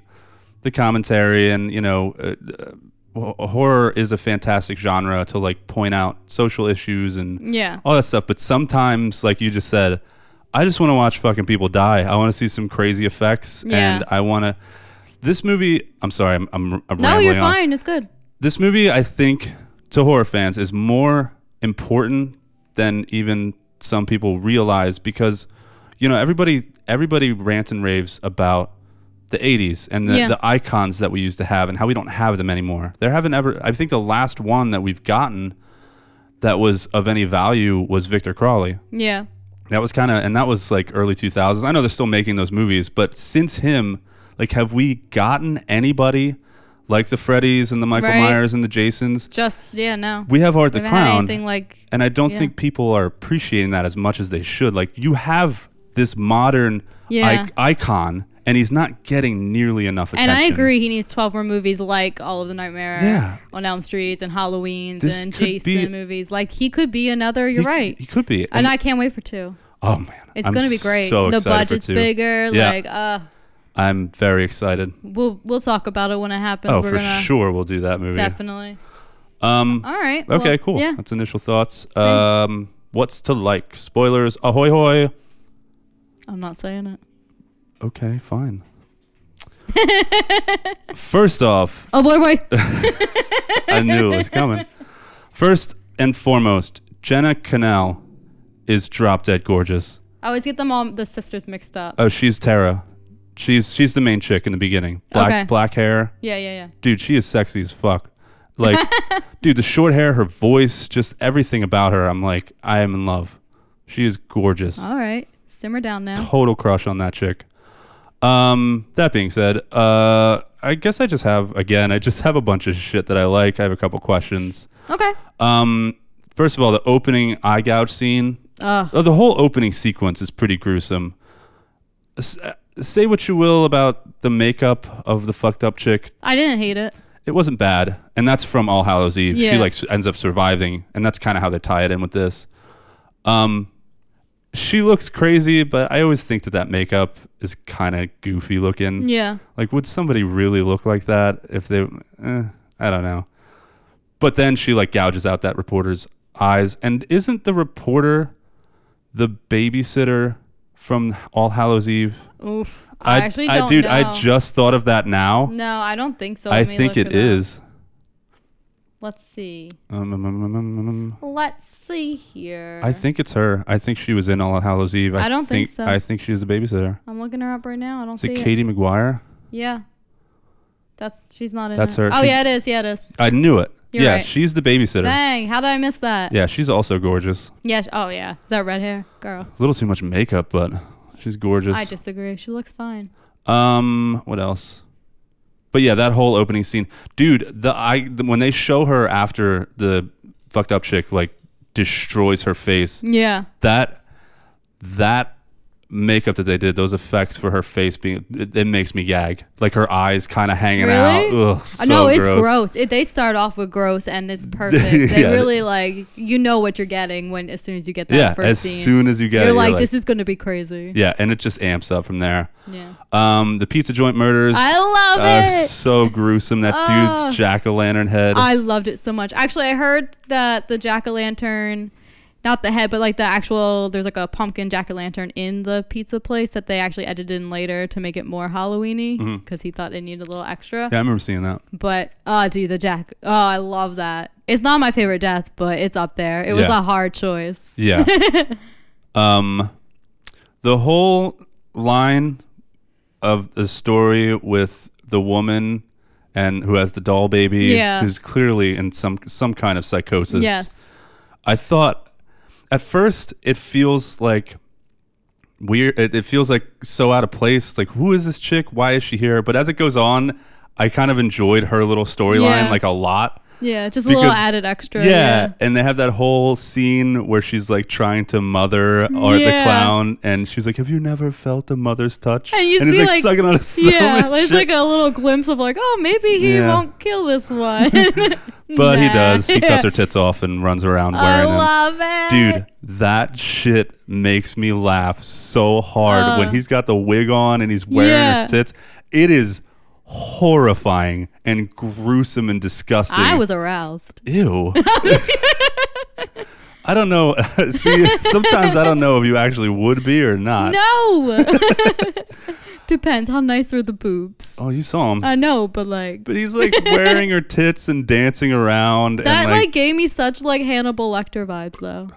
the commentary, and you know, uh, uh, wh- horror is a fantastic genre to like point out social issues and Yeah. all that stuff. But sometimes, like you just said, I just want to watch fucking people die. I want to see some crazy effects, Yeah. and I want to. This movie, I'm sorry, I'm, I'm, I'm no, rambling you're on. fine. It's good. This movie, I think, to horror fans, is more important than even some people realize because, you know, everybody everybody rants and raves about the 80s and the, Yeah. the icons that we used to have and how we don't have them anymore. There haven't ever, I think the last one that we've gotten that was of any value was Victor Crawley. Yeah. That was kind of, and that was like early 2000s. I know they're still making those movies, but since him, like, have we gotten anybody like the Freddys and the Michael Right. Myers and the Jasons? Just yeah. No. We have Art the We haven't had Clown. anything like- and I don't yeah. think people are appreciating that as much as they should. Like, you have this modern Yeah. ic- icon, and he's not getting nearly enough attention. And I agree, he needs 12 more movies like All of the Nightmare Yeah. on Elm Street and Halloween's This and could Jason be- movies. Like, he could be another, you're He- right. He could be. and I can't wait for two. oh, man. It's I'm going to be great. So the excited for budget's two. bigger. Yeah, Like, uh, I'm very excited. we'll, we'll talk about it when it happens. Oh, We're for gonna, sure, we'll do that movie. Definitely. Um, All right. Okay, well, cool. Yeah. That's initial thoughts. Um, what's to like? Spoilers. Ahoy hoy. I'm not saying it. Okay, fine. First off, Oh, boy, boy. I knew it was coming. First and foremost, Jenna Canal is drop dead gorgeous. I always get them all, the sisters mixed up. Oh, she's Tara. She's she's the main chick in the beginning. Black Okay. black hair. yeah, yeah, yeah. Dude, she is sexy as fuck. Like, dude, the short hair, her voice, just everything about her. I'm like, I am in love. She is gorgeous. All right. Simmer down now. total crush on that chick. Um, that being said, uh, I guess I just have again, I just have a bunch of shit that I like. I have a couple questions. Okay. Um, first of all, the opening eye gouge scene. Uh, the whole opening sequence is pretty gruesome. S- uh, say what you will about the makeup of the fucked up chick, I didn't hate it. it wasn't bad, and that's from All Hallows Eve. She Yeah. like s- ends up surviving, and that's kind of how they tie it in with this. Um, she looks crazy, but I always think that that makeup is kind of goofy looking. Yeah. Like, would somebody really look like that if they? Eh, I don't know. But then she like gouges out that reporter's eyes, and isn't the reporter the babysitter from All Hallows Eve? Oof. I, actually don't dude, know. I just thought of that now. No, I don't think so. I Let me think look it up. is. Let's see. Um, um, um, um, um, um. Let's see here. I think it's her. I think she was in All Hallows Eve. I don't think so. I think she was the babysitter. I'm looking her up right now. I don't Is it see it. Katie McGuire? Yeah. That's she's not in That's it. her. Oh She's- yeah, it is. Yeah, it is. I knew it. You're yeah, right. she's the babysitter. Dang, how did I miss that? Yeah, she's also gorgeous. Yeah. sh oh, yeah. That red hair girl. A little too much makeup, but she's gorgeous. I disagree. She looks fine. Um, what else? But yeah, that whole opening scene, dude. The I the, when they show her after the fucked up chick like destroys her face, Yeah. that that makeup that they did, those effects for her face being, it, it makes me gag. Like her eyes kind of hanging Really? out. Ugh, so no, it's gross. gross. It, they start off with gross and it's perfect. They Yeah. really like you know what you're getting when as soon as you get that Yeah, first as scene. soon as you get you're, it, like, this is gonna be crazy. yeah, and it just amps up from there. Yeah. Um, the pizza joint murders. I love are it. So gruesome. That Oh. dude's jack o' lantern head. I loved it so much. Actually, I heard that the jack o' lantern, not the head, but like the actual, there's like a pumpkin jack o' lantern in the pizza place that they actually edited in later to make it more Halloweeny because he thought it needed a little extra. Mm-hmm. yeah, I remember seeing that. But oh, dude, the jack. Oh, I love that. It's not my favorite death, but it's up there. It was Yeah. a hard choice. Yeah. um, the whole line of the story with the woman and who has the doll baby, Yeah. who's clearly in some some kind of psychosis. Yes. I thought at first it feels like weird. It, it feels like so out of place. It's like, who is this chick? Why is she here? But as it goes on, I kind of enjoyed her little storyline Yeah. like a lot. Yeah, just a little Because- added extra. Yeah, and they have that whole scene where she's like trying to mother Art the Yeah. clown, and she's like, "Have you never felt a mother's touch?" And you he's see, like, like- sucking on his thumb. Yeah, and it's shit. like a little glimpse of like, oh, maybe he Yeah. won't kill this one. but he Nah. does. He cuts her tits off and runs around I wearing them. love it, Dude, that shit makes me laugh so hard when he's got the wig on and he's wearing Uh. Yeah. her tits. It is horrifying and gruesome and disgusting. I was aroused. ew. I don't know. See, sometimes I don't know if you actually would be or not. No. Depends how nice were the boobs. Oh, you saw him. I know, but like but he's like wearing her tits and dancing around that and like gave me such like Hannibal Lecter vibes though,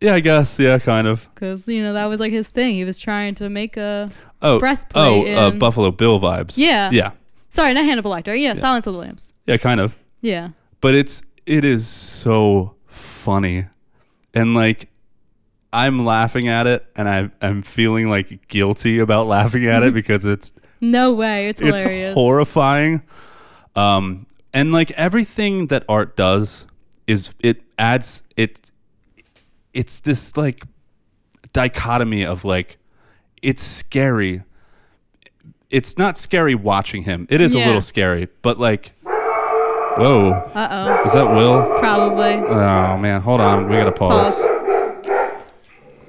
yeah, I guess, yeah, kind of. because you know that was like his thing. He was trying to make a Oh, Breastplate oh, uh, and- Buffalo Bill vibes. Yeah. yeah, sorry, not Hannibal Lecter. Yeah, Silence of the Lambs. yeah, kind of. Yeah, but it's it is so funny and like i'm laughing at it and I, i'm feeling like guilty about laughing Mm-hmm. at it because it's no way. It's it's hilarious. horrifying um and like everything that art does is it adds it it's this like dichotomy of like it's scary it's not scary watching him it is a Yeah. little scary but like whoa Uh oh, is that Will? probably Oh man, hold on. We gotta pause.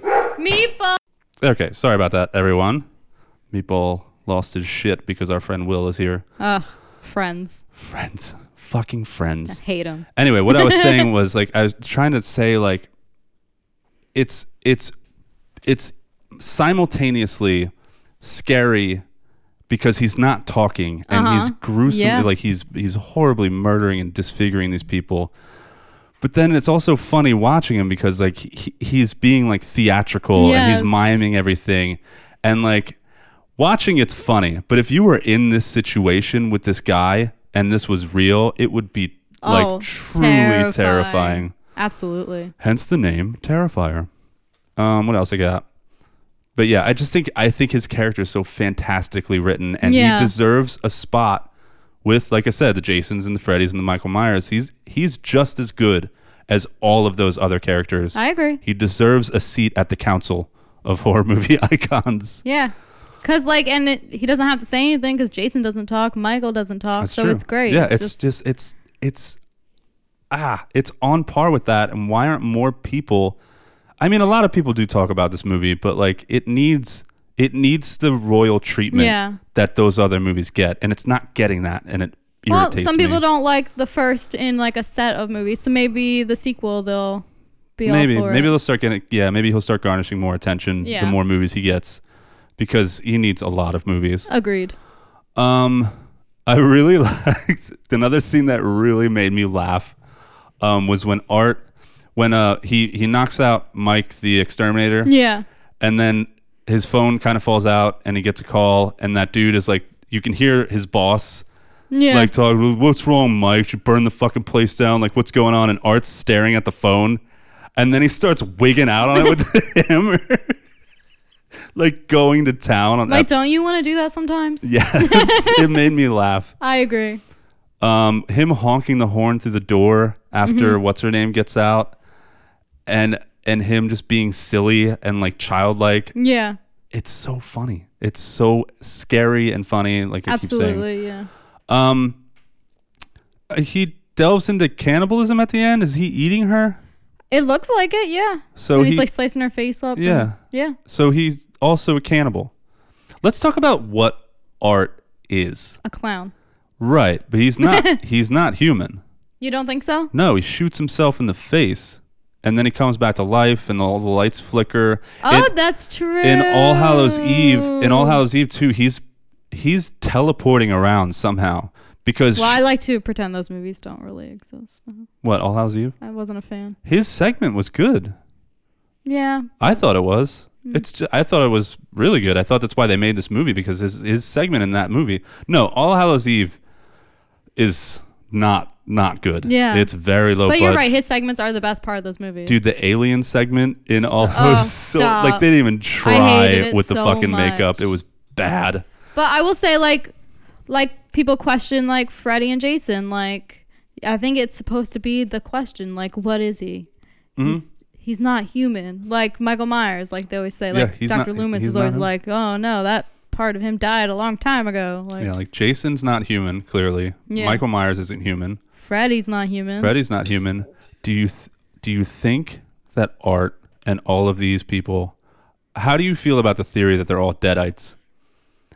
meatball. Okay, sorry about that, everyone. Meatball lost his shit because our friend Will is here. Ugh, friends Friends, fucking friends. hate him. Anyway, what I was saying was like I was trying to say like it's it's it's simultaneously scary because he's not talking and he's Uh-huh. gruesome Yeah. like he's he's horribly murdering and disfiguring these people but then it's also funny watching him because like he, he's being like theatrical and Yes. he's miming everything and like watching it's funny but if you were in this situation with this guy and this was real it would be oh, like truly terrifying. Absolutely. hence the name terrifier um what else i got but yeah i just think i think his character is so fantastically written and Yeah. he deserves a spot with like i said the jasons and the freddys and the michael myers he's he's just as good as all of those other characters I agree. he deserves a seat at the council of horror movie icons Yeah. Cause like, and it, he doesn't have to say anything because Jason doesn't talk, Michael doesn't talk, That's so true. it's great. Yeah, it's, just, it's it's ah, it's on par with that. And why aren't more people? I mean, a lot of people do talk about this movie, but like it needs it needs the royal treatment Yeah. that those other movies get, and it's not getting that, and it well, irritates some people me. don't like the first in like a set of movies, so maybe the sequel they'll be Maybe all for maybe it. they'll start getting yeah. Maybe he'll start garnishing more attention Yeah. the more movies he gets because he needs a lot of movies. Agreed. Um, I really liked another scene that really made me laugh. Um, was when Art, when uh he he knocks out Mike the exterminator, Yeah. and then his phone kind of falls out, and he gets a call, and that dude is like, you can hear his boss Yeah. Like talking, what's wrong, Mike? You burned the fucking place down. Like, what's going on? And Art's staring at the phone, and then he starts wigging out on it with the hammer, like going to town on like, that. don't you want to do that sometimes? Yes, it made me laugh. I agree. Um, him honking the horn through the door after Mm-hmm. what's her name gets out, and and him just being silly and like childlike. Yeah. It's so funny. It's so scary and funny. Like I keep saying. Absolutely. Yeah. Um, uh, he delves into cannibalism at the end. Is he eating her? It looks like it. Yeah. So And he's he- like slicing her face up. and- Yeah. yeah. So he's also a cannibal. Let's talk about what art is. A clown. Right, but he's not. he's not human. You don't think so? No, he shoots himself in the face, and then he comes back to life, and all the lights flicker. Oh, In- that's true. in All Hallows Eve, in All Hallows Eve too, he's he's teleporting around somehow because Well, I like to pretend those movies don't really exist. so what All Hallows Eve? I wasn't a fan. His segment was good. Yeah. I thought it was. Hmm. It's. Ju- I thought it was really good. I thought that's why they made this movie because his his segment in that movie. No, All Hallows Eve is not not good. Yeah. it's very low. But you're budge. right. His segments are the best part of those movies. Dude, the alien segment in All Hallows so Oh, stop. like they didn't even hated try it with the so fucking makeup. much. It was bad. But I will say, like, like people question like Freddy and Jason. Like, I think it's supposed to be the question, like, what is he? Mm-hmm. He's he's not human. Like Michael Myers. Like they always say. Yeah, Like he's Dr. not- Loomis he's is not always him. like, oh no, that part of him died a long time ago. Like Yeah, like Jason's not human. Clearly, Yeah. Michael Myers isn't human. Freddy's not human. Freddy's not human. Do you th- do you think that art and all of these people? How do you feel about the theory that they're all deadites,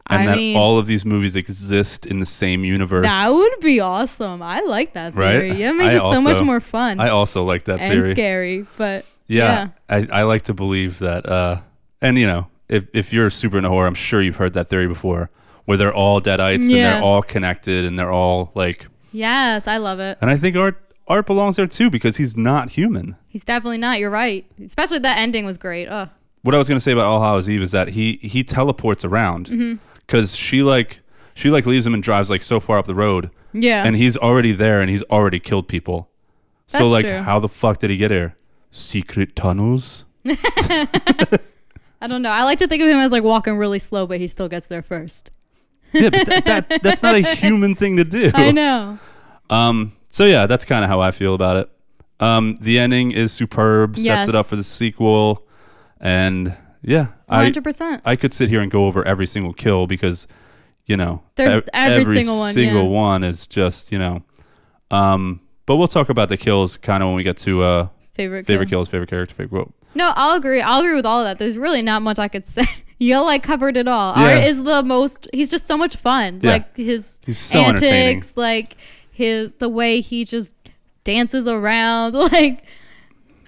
and I that mean- all of these movies exist in the same universe? That would be awesome. I like that right. theory. It makes I it so much also- more fun I also like that and theory. scary. But Yeah, yeah. I, I like to believe that. Uh, and you know, if if you're super into horror, I'm sure you've heard that theory before, where they're all deadites and Yeah. they're all connected and they're all like. Yes, I love it. And I think art art belongs there too because he's not human. He's definitely not. You're right. Especially that ending was great. Oh. what I was gonna say about All Hallows Eve is that he he teleports around Mm-hmm. because she like she like leaves him and drives like so far up the road, Yeah. and he's already there and he's already killed people. so That's like, true. how the fuck did he get here? Secret tunnels. I don't know. I like to think of him as like walking really slow, but he still gets there first. Yeah, but that, that that's not a human thing to do. I know. Um. So yeah, that's kind of how I feel about it. Um. The ending is superb. Sets Yes. it up for the sequel, and yeah, I 100%. I could sit here and go over every single kill because, you know, There's ev- every single one, single yeah. one is just you know, um. But we'll talk about the kills kind of when we get to uh favorite favorite kill. kills, favorite character, favorite quote. No, I'll agree. I'll agree with all of that. There's really not much I could say. Y'all like covered it all. Yeah. Art is the most. He's just so much fun. Yeah. Like his He's so entertaining. antics, like his the way he just dances around. Like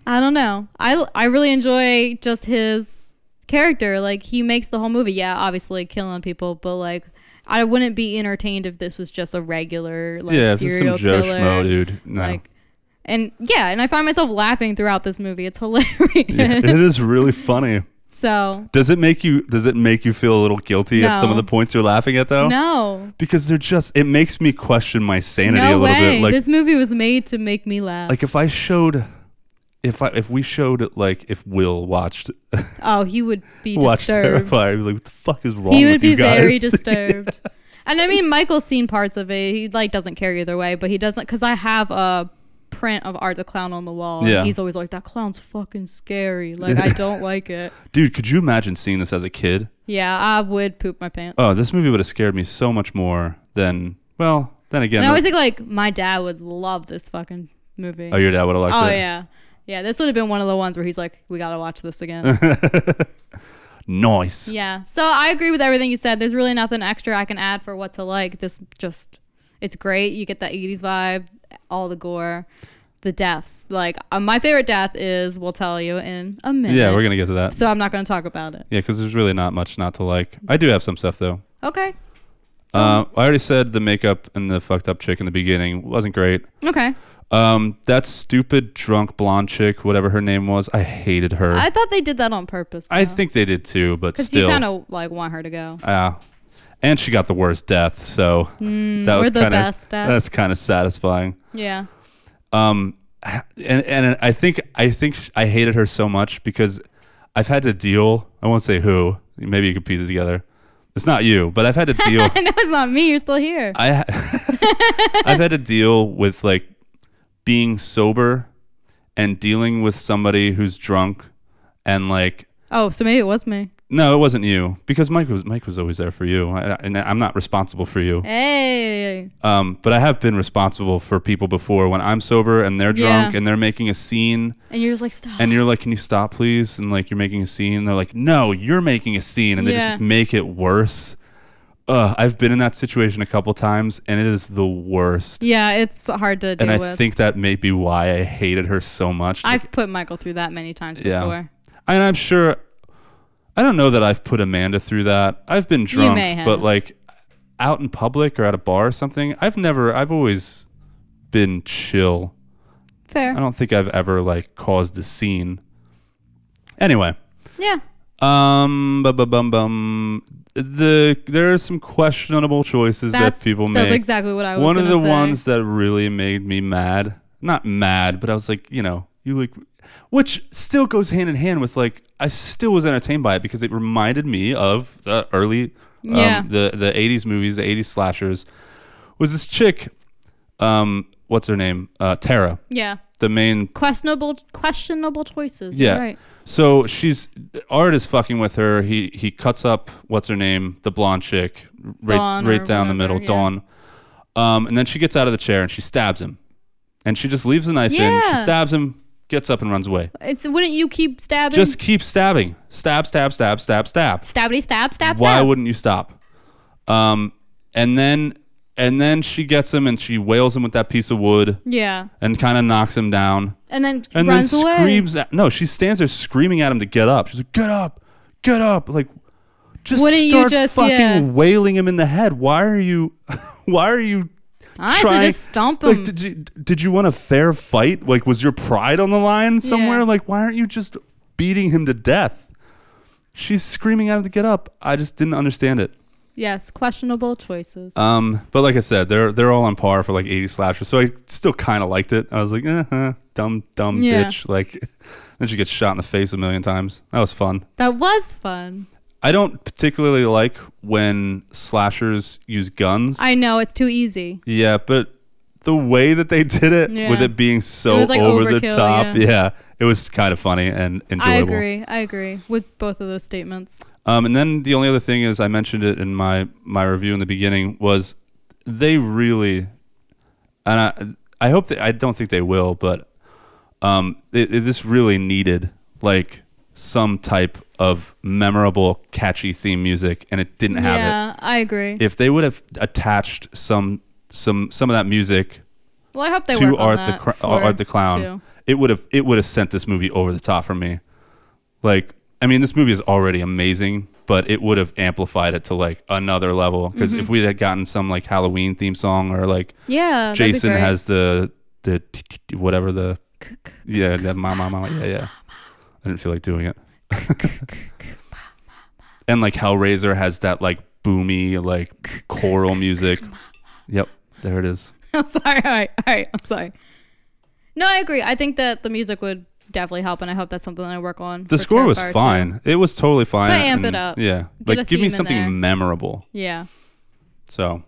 I don't know. I I really enjoy just his character. Like he makes the whole movie. Yeah, obviously killing people, but like. I wouldn't be entertained if this was just a regular like yeah, this is serial some Joe killer. Schmo, dude. No. Like, and yeah, and I find myself laughing throughout this movie. It's hilarious. Yeah, it is really funny. So Does it make you? Does it make you feel a little guilty at some of No. the points you're laughing at, though? no, because they're just it makes me question my sanity a no little way. bit like this movie was made to make me laugh. like if i showed if i if we showed like if will watched oh, he would be watched disturbed. terrified like what the fuck is wrong He would with you be guys very disturbed. And I mean, Michael's seen parts of it. He like doesn't care either way, but he doesn't because I have a print of Art the Clown on the wall. and Yeah. he's always like, "That clown's fucking scary. Like, I don't like it." dude could you imagine seeing this as a kid Yeah, I would poop my pants. oh this movie would have scared me so much more than well then again and I always think like my dad would love this fucking movie. oh your dad would have liked Oh it yeah. Yeah, this would have been one of the ones where he's like, "We gotta watch this again." nice yeah, so I agree with everything you said. There's really nothing extra I can add for what to like. This just, it's great. You get that '80s vibe, all the gore, the deaths. Like uh, my favorite death is, we'll tell you in a minute. yeah we're gonna get to that So I'm not gonna talk about it. yeah because there's really not much not to like i do have some stuff though Okay. Oh. uh, i already said the makeup and the fucked up chick in the beginning wasn't great Okay. Um, that stupid drunk blonde chick, whatever her name was, I hated her. I I, thought they did that on purpose. think they did too, but because you still. kind of like want her to go. Yeah. and she got the worst death. So that was we're Hmm, the kind of best at- that's kind of satisfying. Yeah. and and I think I think sh- I hated her so much because I've had to deal. I won't say who. Maybe you could piece it together. It's not you, but I've had to deal. I know it's not me. You're still here. I ha- I've had to deal with like being sober and dealing with somebody who's drunk and like oh, so maybe it was me. no, it wasn't you because Mike was Mike was always there for you, I, and I'm not responsible for you. Hey. Um, but I have been responsible for people before when I'm sober and they're drunk Yeah. and they're making a scene And you're just like, stop. and you're like, "Can you stop, please?" And like, you're making a scene. they're like, "No, you're making a scene," and they Yeah. just make it worse. Ugh, I've been in that situation a couple times, and it is the worst. yeah, it's hard to deal and I with. think that may be why I hated her so much. I've put Michael through that many times yeah, before. and I'm sure. I don't know that I've put Amanda through that. I've been drunk, may have. but like out in public or at a bar or something, I've never. I've always been chill. I Fair. don't think I've ever like caused a scene. Anyway, Yeah. Um, bum, bum, bum, bum. The there are some questionable choices That's- that people make. that's exactly what I was One of gonna the say. ones that really made me mad. Not mad, but I was like, you know, you like, which still goes hand in hand with like I still was entertained by it because it reminded me of the early, um, Yeah. the the '80s movies, the '80s slashers. Was this chick, um, what's her name? Uh, Tara, Yeah. the main Questionable, questionable choices. yeah. You're Right. So she's Art is fucking with her. He he cuts up what's her name, the blonde chick, right Dawn right or down the whatever, middle, yeah. Dawn. Um, and then she gets out of the chair and she stabs him, and she just leaves the knife in. She Yeah. stabs him, gets up and runs away. It's wouldn't you keep stabbing? Just keep stabbing, stab, stab, stab, stab, stab. stabby stab stab. Why stab. wouldn't you stop? Um, and then and then she gets him and she wails him with that piece of wood Yeah. and kind of knocks him down And then and runs then away. screams at no she stands there screaming at him to get up she's like get up get up like just Wouldn't you start just- fucking yeah. wailing him in the head why are you why are you Honestly, trying just stomp like him. did you did you want a fair fight like was your pride on the line somewhere Yeah. like why aren't you just beating him to death she's screaming at him to get up i just didn't understand it Yes, questionable choices. um, but like I said, they're they're all on par for like 80 slashers. So I still kind of liked it. I was like, eh, huh, dumb, dumb Yeah. bitch. Like, then she gets shot in the face a million times. That was fun. that was fun. I don't particularly like when slashers use guns. I know it's too easy. yeah, but the way that they did it, with Yeah. it being so It was, like, over the overkill, top, yeah. yeah. it was kind of funny and enjoyable. I agree. I agree with both of those statements. Um, and then the only other thing is I mentioned it in my my review in the beginning was they really, and I I hope that I don't think they will, but um, it, it- this really needed like some type of memorable, catchy theme music, and it didn't have it. Yeah, I agree. If they would have attached some some some of that music well, I hope they to work Art on the that Cra- for Art the Clown, two. it would have it would have sent this movie over the top for me. Like, I mean, this movie is already amazing, but it would have amplified it to like another level. Because Mm-hmm. if we had gotten some like Halloween theme song or like Yeah, Oh, that'd be Jason great. has the the t- t- t- whatever the yeah the ma ma ma yeah yeah, I didn't feel like doing it. and like Hellraiser has that like boomy like choral music. Yep, there it is. I'm sorry. All right. All right. I'm sorry. No, I agree. I think that the music would definitely help, and I hope that's something I work on. The for score was Terrifier too. fine. It was totally fine. But amp it up. Yeah. Get a like give me theme in there. something memorable. Yeah. So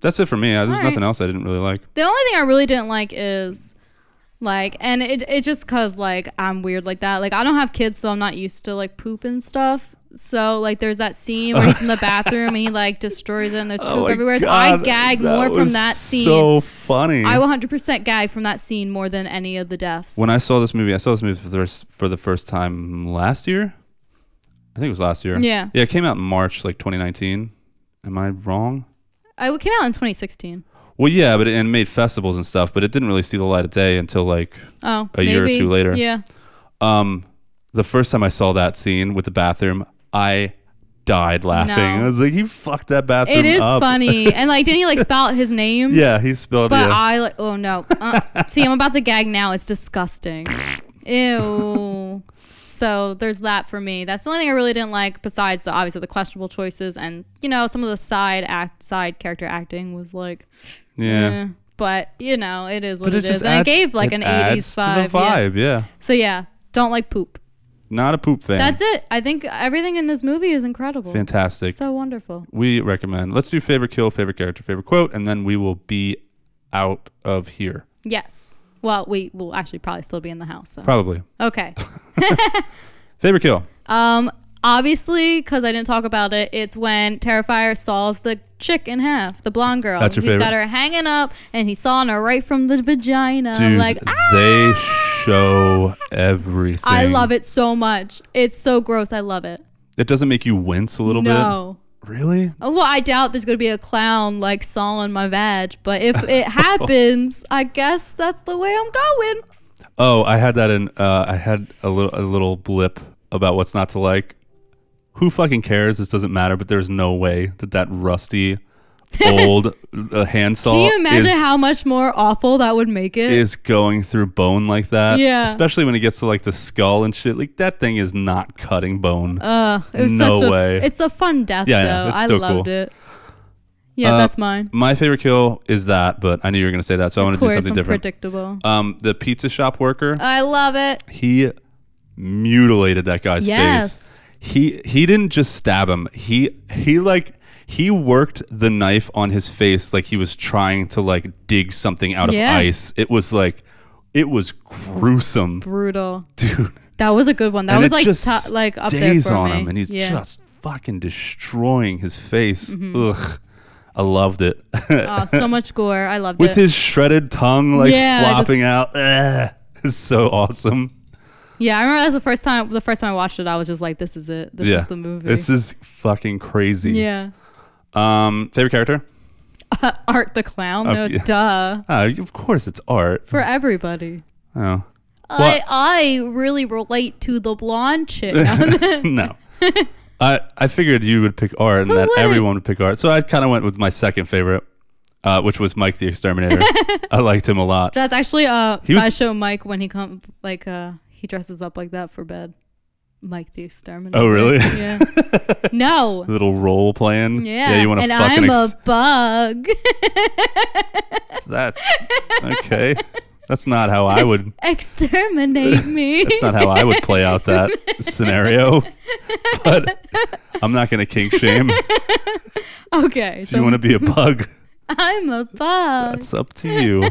that's it for me. I- There's All right. nothing else I didn't really like. The only thing I really didn't like is like and it it's just cuz like I'm weird like that. Like I don't have kids so I'm not used to like poop and stuff. So like there's that scene where he's in the bathroom and he like destroys it and Oh there's poop everywhere. So I gag more from that scene. So funny. I 100% gag from that scene more than any of the deaths. when I saw this movie, I saw this movie for the first, for the first time last year. I think it was last year. Yeah. Yeah, it came out in March like 2019. Am I wrong? I it came out in 2016. Well, yeah, but it, and it made festivals and stuff, but it didn't really see the light of day until like Oh, A year or maybe. two later. Yeah. Um, the first time I saw that scene with the bathroom, I died laughing. No. I was like, "He fucked that bathroom." It is up. funny. And like didn't he like spout his name? yeah, he spilled. But yeah. I like, oh no. Uh, see, I'm about to gag now. It's disgusting. Ew. So there's that for me. That's the only thing I really didn't like, besides the obviously the questionable choices and you know some of the side act, side character acting was like, Yeah. eh. but you know it is what But it it is, just and adds- it gave like an adds '80s vibe. To the yeah. vibe, yeah. So yeah, don't like poop. Not a poop fan. That's it. I think everything in this movie is incredible. Fantastic. So wonderful. we recommend. Let's do favorite kill, favorite character, favorite quote, and then we will be out of here. Yes. Well, we will actually probably still be in the house though. Probably. Okay. Favorite kill. Um. Obviously, because I didn't talk about it, it's when Terrifier saws the chick in half, the blonde girl. That's your He's got favorite. her hanging up, and he's sawing her right from the vagina. I'm Dude, like, "Ah!" they show everything. I love it so much. It's so gross. I love it. It doesn't make you wince a little No. bit. Really? Oh, well, I doubt there's gonna be a clown like sawing my vag, but if it happens, I guess that's the way I'm going. Oh, I had that in. Uh, I had a little a little blip about what's not to like. Who fucking cares? This doesn't matter. But there's no way that that rusty old uh, handsaw. Can you imagine is, how much more awful that would make it? is going through bone like that? Yeah. Especially when it gets to like the skull and shit. Like that thing is not cutting bone. Ugh, it was No such a, way. It's a fun death Yeah, yeah, though. it's I still loved cool. it. Yeah, Uh, that's mine. My favorite kill is that, but I knew you were gonna say that, so I want Of to do course, something I'm different. predictable. um, the pizza shop worker. I love it. he mutilated that guy's Yes. face. He he didn't just stab him. He he like he worked the knife on his face like he was trying to like dig something out Yeah. of ice. It was like it was gruesome, Brutal. dude. That was a good one. That and was it like just to- like up stays there for on me. him, and he's Yeah. Mm-hmm. just fucking destroying his face. Ugh, I loved it. oh, so much gore. I loved With it. his shredded tongue like Yeah, just- flopping out, Ugh. it's so awesome. yeah, I remember that's the first time. The first time I watched it, I was just like, "This is it. This yeah, is the movie." This is fucking crazy. yeah. Um, favorite character? Art the clown. Oh, No, yeah. duh. Uh, of course, it's art. For everybody. oh, I I really relate to the blonde chick. no. I I figured you would pick art, and that wouldn't? everyone would pick art. So I kind of went with my second favorite, uh, which was Mike the Exterminator. I liked him a lot. That's actually uh He was- sideshow Mike when he come like uh he dresses up like that for bed. Mike the exterminator. Oh, really? Yeah. no. Little role playing. Yeah. you want to and fucking I'm ex- a bug. that? Okay, that's not how I would. Exterminate me. That's not how I would play out that scenario. But I'm not gonna kink shame. If okay. So you want to be a bug, I'm a bug. that's up to you.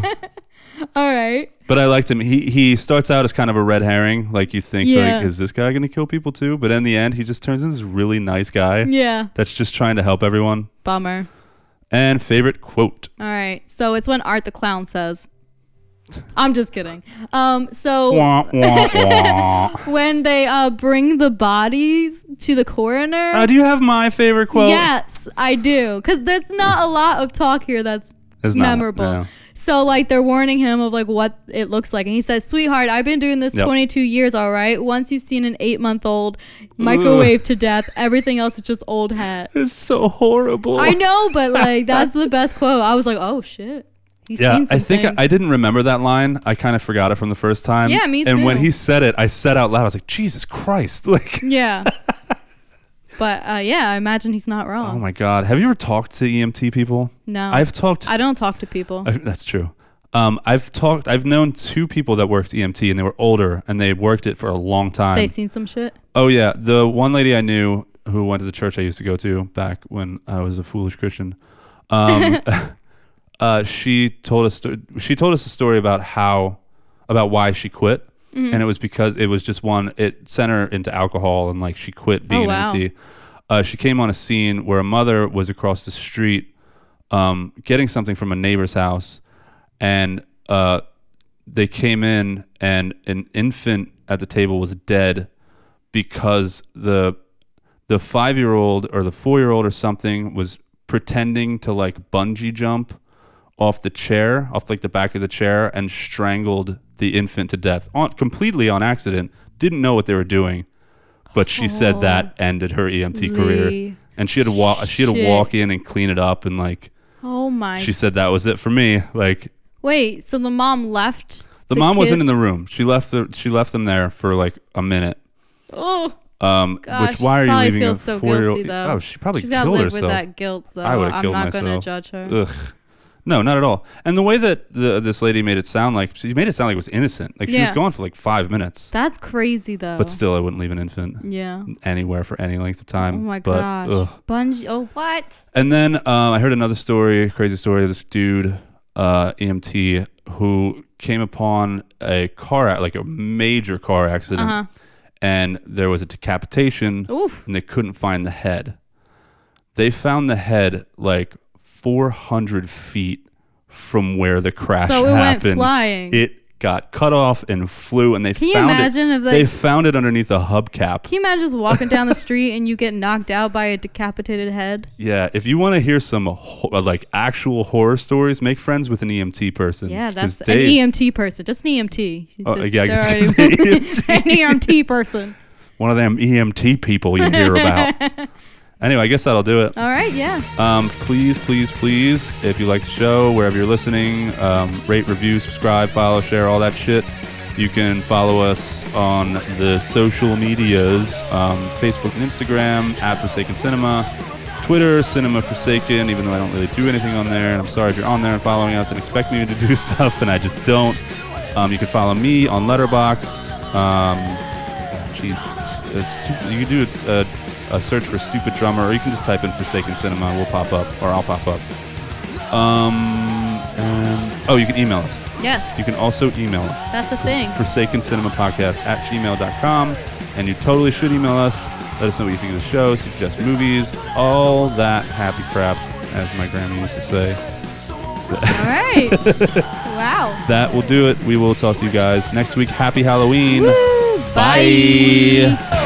All right. But I liked him. He he starts out as kind of a red herring. Like you think, Yeah. like, is this guy gonna kill people too? But in the end, he just turns into this really nice guy Yeah. that's just trying to help everyone. Bummer. And favorite quote. All right. So it's when Art the clown says I'm just kidding. Um so Wah, wah, wah. when they uh bring the bodies to the coroner Uh, do you have my favorite quote? yes, I do. Because that's not a lot of talk here that's It's not, memorable. no. So, like, they're warning him of, like, what it looks like. And he says, Sweetheart, I've been doing this Yep. 22 years, all right? Once you've seen an eight month old microwave to death, everything else is just old hat. It's so horrible. I know, but, like, that's the best quote. I was like, oh, shit. He's Yeah, seen some I think I, things. I didn't remember that line. I kind of forgot it from the first time. Yeah, me And when too. Mm. he said it, I said out loud, I was like, Jesus Christ. Like, Yeah. but, uh, yeah, I imagine he's not wrong. oh my God. Have you ever talked to EMT people? No. I've talked I don't talk to people. I, that's true. Um, I've talked. I've known two people that worked EMT, and they were older, and they worked it for a long time. They seen some shit. oh yeah, the one lady I knew who went to the church I used to go to back when I was a foolish Christian. Um, uh, she told us. She told us a story about how, about why she quit, and it was because it was just one. It sent her into alcohol, and like she quit being wow. an EMT. Uh, she came on a scene where a mother was across the street um, getting something from a neighbor's house, and uh, they came in, and an infant at the table was dead because the the five year old or the four year old or something was pretending to like bungee jump off the chair, off like the back of the chair, and strangled the infant to death on completely on accident. Didn't know what they were doing, but she said that ended her EMT career. Holy And she had to walk. She had to shit. walk in and clean it up, and like Oh my. she said that was it for me. Like Wait, so the mom left? the, mom wasn't in kids? the room. She left the she left them there for like a minute. Oh, Um, gosh. which why are you probably leaving feels a so four-year-old? guilty though. Oh, she probably She's gotta killed live herself. with that guilt. Though. I would have I'm killed not myself. gonna judge her. Ugh. No, not at all. And the way that the, this lady made it sound like she made it sound like it was innocent. Like she was Yeah. gone for like five minutes, That's crazy though. but still, I wouldn't leave an infant Yeah. anywhere for any length of time. Oh my but, gosh. ugh. Bungie. Oh what? And then um, I heard another story, crazy story. This dude, uh, EMT, who came upon a car, ac- like a major car accident, and there was a decapitation, Uh-huh. Oof. and they couldn't find the head. They found the head like 400 feet from where the crash So it went happened. flying. It got cut off and flew, and they Can you found imagine it. if, they like- found it underneath a hubcap. Can you imagine just walking down the street and you get knocked out by a decapitated head? Yeah, if you want to hear some ho- uh, like actual horror stories, make friends with an EMT person. Yeah, 'Cause that's they- an E EMT person. Just an EMT. Oh, yeah, I They're guess it's E already- EMT. an EMT person. One of them EMT people you hear about. anyway, I guess that'll do it. All right, yeah. Um, please, please, please, if you like the show, wherever you're listening, um, rate, review, subscribe, follow, share, all that shit. You can follow us on the social medias um, Facebook and Instagram, at Forsaken Cinema, Twitter, Cinema Forsaken, even though I don't really do anything on there. And I'm sorry if you're on there and following us and expect me to do stuff, and I just don't. Um, you can follow me on Letterboxd. Um, Jeez, it's, it's stu- you can do a, a, a search for stupid drummer, or you can just type in Forsaken Cinema, and we'll pop up, or I'll pop up. Um, and, oh, you can email us. Yes. You can also email us, That's a thing. Forsaken Cinema Podcast at gmail.com, and you totally should email us. Let us know what you think of the show, suggest movies, all that happy crap, as my grandma used to say. All right. wow. That will do it. We will talk to you guys next week. Happy Halloween. Woo, Bye. bye.